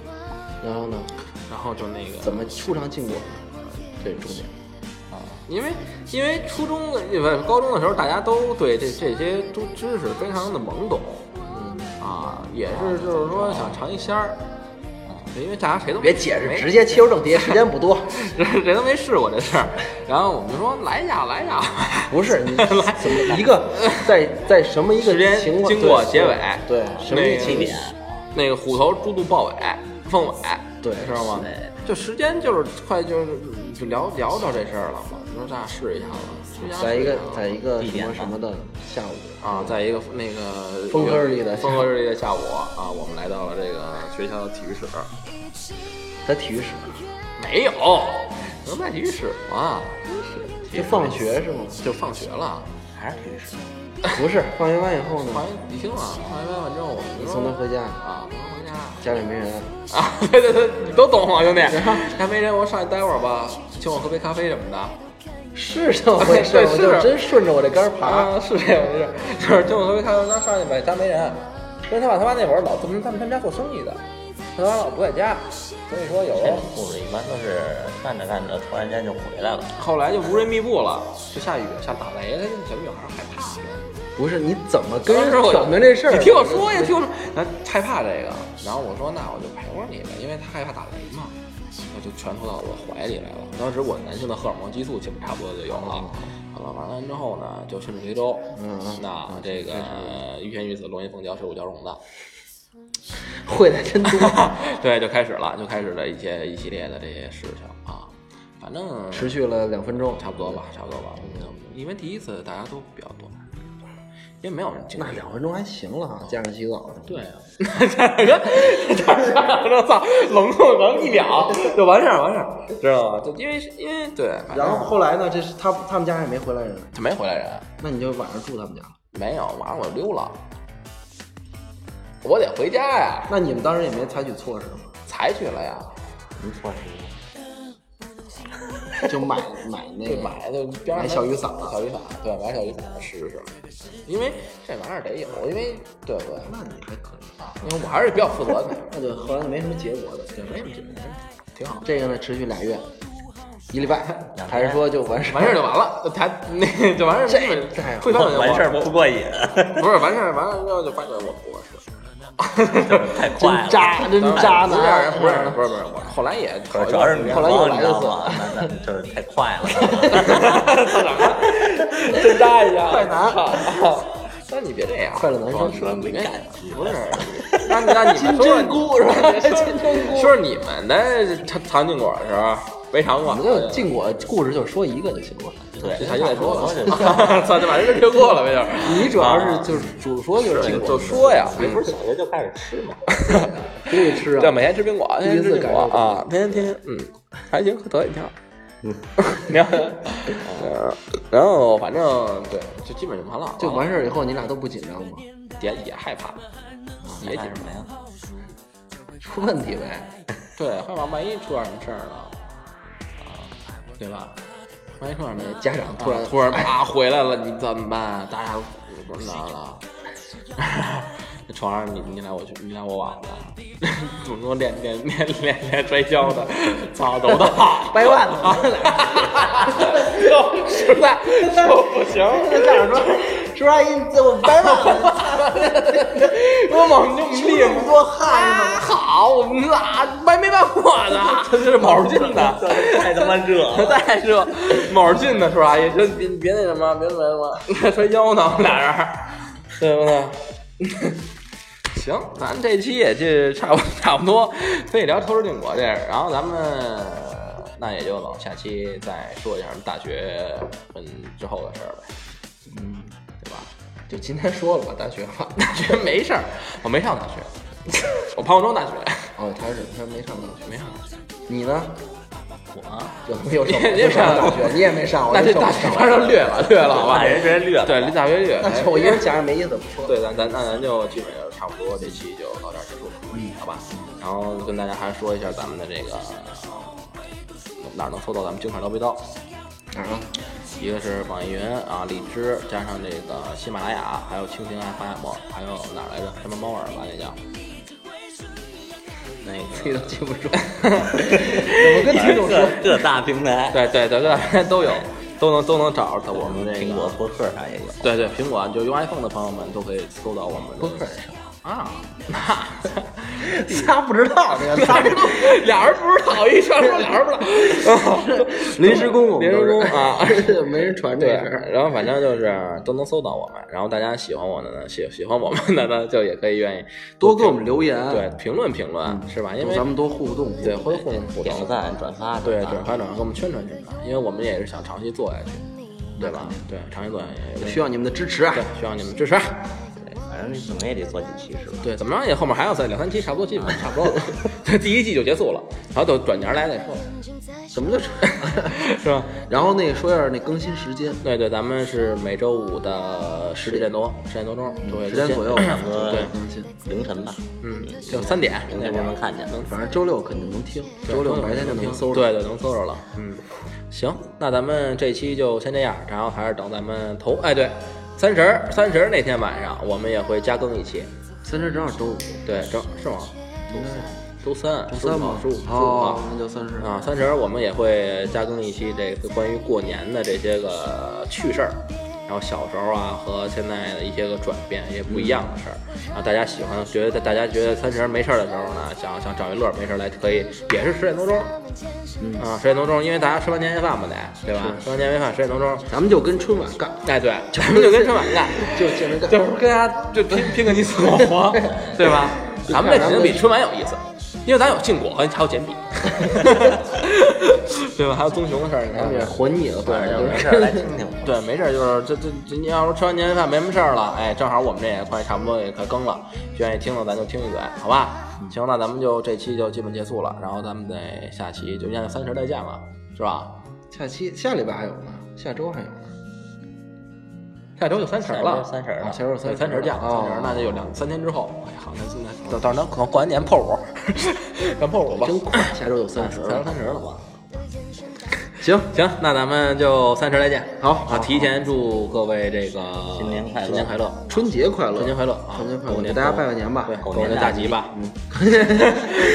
Speaker 2: 然后呢，
Speaker 1: 然后就那个，
Speaker 2: 怎么出场禁果呢？这是重点。
Speaker 1: 因为因为初中的不高中的时候，大家都对这这些都知识非常的懵懂
Speaker 2: 嗯，
Speaker 1: 啊，也是就是说想尝一鲜儿，啊因为大家谁都
Speaker 2: 别解释，
Speaker 1: 没
Speaker 2: 直接切入正题，时间不多。
Speaker 1: 谁谁都没试过这事儿。然后我们就说来呀来呀，
Speaker 2: 不是 你怎么一个在在什么一个
Speaker 1: 时间
Speaker 2: 情况
Speaker 1: 经过
Speaker 2: 对
Speaker 1: 结尾
Speaker 2: 对什么一个
Speaker 1: 那
Speaker 3: 起点
Speaker 1: 那个虎头猪肚豹尾凤尾，
Speaker 2: 对
Speaker 1: 知道吗？就时间就是快就是就聊聊到这事儿了嘛，你说咱俩试一下吧，试一下
Speaker 2: 在一个
Speaker 1: 试下
Speaker 2: 在一个
Speaker 3: 地
Speaker 2: 什
Speaker 3: 点
Speaker 2: 么
Speaker 3: 吧
Speaker 2: 什么的下午，
Speaker 1: 啊，在一个那个
Speaker 2: 风和日丽的下午
Speaker 1: 风和日丽的下午啊，我们来到了这个学校的体育室，
Speaker 2: 在体育室，
Speaker 1: 没有，能在体育室吗？
Speaker 2: 就放学是吗？
Speaker 1: 就放学了，
Speaker 3: 还是体育室。
Speaker 2: 不是，放学完以后
Speaker 1: 放
Speaker 2: 呢，
Speaker 1: 学你听啊，放学完之后我们
Speaker 2: 你
Speaker 1: 就
Speaker 2: 送他回家，
Speaker 1: 啊，我们回家。
Speaker 2: 家里没人，
Speaker 1: 啊，对对对，你都懂啊，兄弟。 还没人，我上去待会儿吧，请我喝杯咖啡什么的。
Speaker 2: 是这么回事儿，
Speaker 1: 对
Speaker 2: 我
Speaker 1: 是
Speaker 2: 就真顺着我这杆儿爬。
Speaker 1: 啊，是这样回事儿，就是就我特别看到他上去呗，家没人，因为他爸他妈那会儿老他们他们他们家做生意的，他妈老不在家，所以说有
Speaker 3: 这种故事一般都是干着干着突然间就回来了。
Speaker 1: 后来就无人密布了，就下雨下打雷了，小女孩害怕。
Speaker 2: 不是你怎么跟人挑明这事儿？
Speaker 1: 你听我说呀，听我说，然后害怕这个，然后我说那我就陪会儿你呗，因为她害怕打雷嘛。他就全拖到我怀里来了。当时我男性的荷尔蒙激素基本差不多就有
Speaker 2: 嗯
Speaker 1: 了。好了，完了之后呢，就顺水推舟。嗯，那这个欲仙欲死，龙吟凤娇，水舞交融的。
Speaker 2: 会的真多，
Speaker 1: 对，就开始了，就开始了一些一系列的这些事情啊。反正
Speaker 2: 持续了两分钟，
Speaker 1: 差不多吧，差不多吧。嗯因为第一次大家都比较短，因为没有人经历
Speaker 2: 那。两分钟还行了啊，加上洗澡，
Speaker 1: 对啊，我操，拢共能一秒就完事儿，完事儿，知道吗？就因为是因为对，反
Speaker 2: 然
Speaker 1: 正
Speaker 2: 后后来呢，这是他他们家也没回来人，
Speaker 1: 他没回来人，
Speaker 2: 那你就晚上住他们家了。
Speaker 1: 没有，晚上我就溜了，我得回家呀，
Speaker 2: 那你们当时也没采取措施吗？
Speaker 1: 采取了呀，
Speaker 3: 没错，
Speaker 2: 就买买那
Speaker 1: 对，
Speaker 2: 个
Speaker 1: 买就边上
Speaker 2: 买小雨伞了
Speaker 1: 小雨伞，对，买小雨伞试试，因为这玩意儿得有，因为对不对？
Speaker 2: 那你还可以，
Speaker 1: 因为我还是比较负责的，
Speaker 2: 那就后来没什么结果的，对，没什么结果，
Speaker 1: 挺好。
Speaker 2: 这个呢，持续俩月，一礼拜，还是说就完事儿？
Speaker 1: 完事儿就完了，就谈那就完事儿，
Speaker 2: 这
Speaker 1: 基本
Speaker 2: 太好
Speaker 1: 会商量就
Speaker 3: 完事
Speaker 1: 了
Speaker 3: 儿不过瘾，
Speaker 1: 不是完事儿，完了之后就发现我不合适。
Speaker 3: 太快
Speaker 2: 真
Speaker 3: 了。
Speaker 2: 渣，真渣
Speaker 1: 不是
Speaker 2: 男，
Speaker 1: 不是 不是不是，我后来也考
Speaker 3: 可
Speaker 1: 虑
Speaker 3: 主要是女
Speaker 2: 后来又
Speaker 3: 方，
Speaker 2: 来
Speaker 3: 你
Speaker 2: 一
Speaker 3: 知
Speaker 2: 次
Speaker 3: 道吗？那那就是太快了，
Speaker 1: 真扎一下，
Speaker 2: 快男
Speaker 1: 操。那你别这样，
Speaker 2: 快乐男生
Speaker 3: 说没感觉
Speaker 1: 不是，那那你们说说
Speaker 2: 金针菇是吧 金针菇
Speaker 1: 说说你们的尝尝禁果的时候没尝过，
Speaker 2: 我们就禁果故事就说一个就行了。
Speaker 3: 对，
Speaker 1: 这啥就再说
Speaker 3: 了，
Speaker 1: 了，操，就把这事儿略过了，没事儿。
Speaker 2: 你主要是就是主说啊就是禁
Speaker 1: 就
Speaker 2: 果，
Speaker 1: 说呀，没
Speaker 3: 不是小学就开始吃吗？
Speaker 2: 可以吃
Speaker 1: 对，
Speaker 2: 啊。
Speaker 1: 每天吃冰果，天天吃冰果
Speaker 2: 第一次感受
Speaker 1: 啊，天天天天，嗯，还行，可得一跳。 你看，呃然后反正对，就基本就完了，
Speaker 2: 就完事儿以后，你俩都不紧张吗？
Speaker 1: 也也害怕，也紧
Speaker 3: 什么呀？
Speaker 2: 出问题呗。
Speaker 1: 对，害怕万一出点什么事儿呢？啊，对吧？万一出点什么事儿
Speaker 2: 家长突然
Speaker 1: 啊突然啪回来了，你怎么办？大家不知道了。 那床上你你来我去，你来我往的， 怎么说练练练练练摔跤的，操，走的，
Speaker 2: 掰腕子，
Speaker 1: 就啊实在就不行。
Speaker 2: 家长说：“叔叔阿姨，你这我掰腕子，
Speaker 1: 我猛就厉害，
Speaker 2: 多汗呢。
Speaker 1: 好，我们那掰没掰过呢， 这是毛啊巾 的。
Speaker 3: 太他妈热 了！
Speaker 1: 再热，卯劲呢，是吧？也就别别那什么，别那什 么，摔跤呢，我们俩人 儿，对不对？行，咱这期也就差不 差不多，可以聊偷吃禁果这事儿，然后咱们那也就老下期再说一下大学嗯之后的事儿呗，嗯，对吧？”
Speaker 2: 就今天说了吧，大学吧。
Speaker 1: 大学没事儿，我没上大学，我潘国中大学
Speaker 2: 哦，他是他没上大学，
Speaker 1: 没啊上大学，
Speaker 2: 你呢？
Speaker 3: 我
Speaker 2: 就没有上，
Speaker 1: 你也
Speaker 2: 没上
Speaker 1: 没上
Speaker 2: 大学，你也没上，我
Speaker 1: 那
Speaker 2: 也
Speaker 1: 这
Speaker 2: 上
Speaker 1: 大
Speaker 2: 不
Speaker 1: 学
Speaker 2: 上
Speaker 1: 班就略了略了，好吧
Speaker 3: 把？人直接略 了。
Speaker 1: 对，离大学略，
Speaker 2: 那就我一个人讲也没意思，不说。
Speaker 1: 对，咱咱那咱就基本上差不多，这期就到这儿结束了，好吧？然后跟大家还说一下咱们的这个呃哪儿能搜到咱们京块刀背刀，
Speaker 2: 哪儿啊？
Speaker 1: 一个是网易云啊、荔枝，加上这个喜马拉雅，还有蜻蜓 FM，还有哪儿来着？什么猫耳吧那 叫。那
Speaker 2: 自己
Speaker 1: 个，
Speaker 2: 都记不住，怎么跟听众说？
Speaker 3: 各各大平台，
Speaker 1: 对对对对，都有，都能都能找着我们这
Speaker 3: 苹果
Speaker 1: 个。
Speaker 3: 播客上也有。
Speaker 1: 对对，苹果啊就用 iPhone 的朋友们都可以搜到我们的
Speaker 2: 播客是什么
Speaker 1: 啊。
Speaker 2: 仨不知道这个仨不知 道，
Speaker 1: 俩人不知道，一说说俩人不知 道。
Speaker 2: 临时工我们
Speaker 1: 临
Speaker 2: 都
Speaker 1: 时
Speaker 2: 是
Speaker 1: 工啊。
Speaker 2: 没人传这
Speaker 1: 对
Speaker 2: 事儿。，
Speaker 1: 然后反正就是都能搜到我们，然后大家喜欢我的呢，喜喜欢我们的呢， 就也可以愿意
Speaker 2: 多给
Speaker 1: 评
Speaker 2: 我们留言，嗯
Speaker 1: 对，评论评论是吧？因为
Speaker 2: 咱们多啊互动。
Speaker 1: 对互动互动互动
Speaker 3: 点个赞、转发，
Speaker 1: 对转发转发给我们宣传宣传，因为我们也是想长期做下去，对吧？对，长期做下去
Speaker 2: 需要你们的支持啊
Speaker 1: 对！需要你们支持。
Speaker 3: 对，反正怎么也得做几期是吧？
Speaker 1: 对，怎么着也后面还要再两三期，差不多基本差不多 了。这第一季就结束了，然后等转年来再说，
Speaker 2: 什么叫支持？
Speaker 1: 是吧？
Speaker 2: 然后那个说一下那更新时间，
Speaker 1: 对对，咱们是每周五的十点多，十点多钟，就会
Speaker 2: 嗯十点左右差不
Speaker 3: 多
Speaker 1: 对，
Speaker 2: 更新，
Speaker 3: 凌晨吧，
Speaker 1: 嗯，就三点
Speaker 3: 凌
Speaker 1: 那
Speaker 3: 晨
Speaker 1: 会
Speaker 3: 就
Speaker 1: 儿
Speaker 3: 能看见。
Speaker 2: 反正周六肯定能听，周六白天就能搜着。
Speaker 1: 对对，能搜着了。嗯，行，那咱们这期就先这样，然后还是等咱们头，哎，对，三十儿三十儿那天晚上我们也会加更一期，
Speaker 2: 三十正好周五，
Speaker 1: 对，正是吗？
Speaker 2: 应该
Speaker 1: 周三，
Speaker 2: 周三吧
Speaker 1: 嘛，？嗯周五，周五啊
Speaker 2: 哦，。那就三十。
Speaker 1: 啊，三十儿我们也会加更一期这个关于过年的这些个趣事儿，然后小时候啊和现在的一些个转变，一些不一样的事儿。然后大家喜欢，觉得大家觉得三十没事儿的时候呢，想想找一乐儿没事儿来，可以也是十点多钟，啊，十点多钟，因为大家吃完年夜饭嘛得，对吧？吃完年夜饭十点多钟，
Speaker 2: 咱们就跟春晚干，
Speaker 1: 哎对，咱 们就跟春晚干，
Speaker 2: 就见着干，
Speaker 1: 就是跟大家就拼拼个你死我 活，对吧？咱们这肯定比春晚有意思，因为咱有禁果，还有简 笔，对吧？还有棕熊的事儿，你
Speaker 2: 咱
Speaker 1: 看
Speaker 2: 们也活腻了，反正
Speaker 3: 对，
Speaker 2: 就
Speaker 3: 就是没事儿来听听吧。
Speaker 1: 对，没事儿，就是这这这，你要是吃完年夜饭没什么事儿了，哎，正好我们这也快差不多也快更了，愿意听的咱就听一嘴，好吧？行，那咱们就这期就基本结束了，然后咱们在下期就应该三十再见吧，是吧？
Speaker 2: 下期下礼拜还有呢，下周还有呢。
Speaker 1: 下周就三十了，
Speaker 3: 下周三十了
Speaker 1: 啊下周三
Speaker 2: 三
Speaker 1: 十
Speaker 2: 十
Speaker 1: 降，
Speaker 2: 哦
Speaker 1: 三十那就有两三天之后，哎，好，那那到到时候可能过完年破 五，咱破五吧，
Speaker 2: 真快， 下周有三十
Speaker 1: 下周
Speaker 2: 了。
Speaker 1: 三十了吧？行行，那咱们就三十再见，
Speaker 2: 好
Speaker 1: 啊，
Speaker 2: 好
Speaker 1: 提前祝各位这个
Speaker 3: 新年快乐
Speaker 1: 新年快乐。
Speaker 2: 春节快乐，
Speaker 1: 春节快乐啊！
Speaker 2: 春节快
Speaker 1: 狗
Speaker 2: 乐，给
Speaker 1: 年
Speaker 2: 大家拜个年吧。
Speaker 1: 对，
Speaker 3: 狗
Speaker 1: 狗年
Speaker 3: 年
Speaker 1: 大
Speaker 3: 大
Speaker 1: 吉
Speaker 3: 吉
Speaker 1: 吧，
Speaker 2: 嗯，
Speaker 1: 狗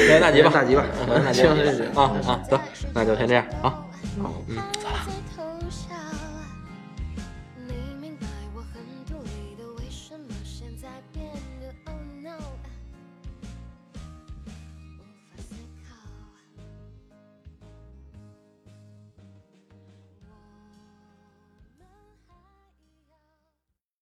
Speaker 1: 年大吉吧，
Speaker 2: 大吉吧
Speaker 1: 狗年大吉
Speaker 2: 行行行
Speaker 1: 啊啊，得，那就先这样啊。
Speaker 2: 好。
Speaker 1: 拜拜。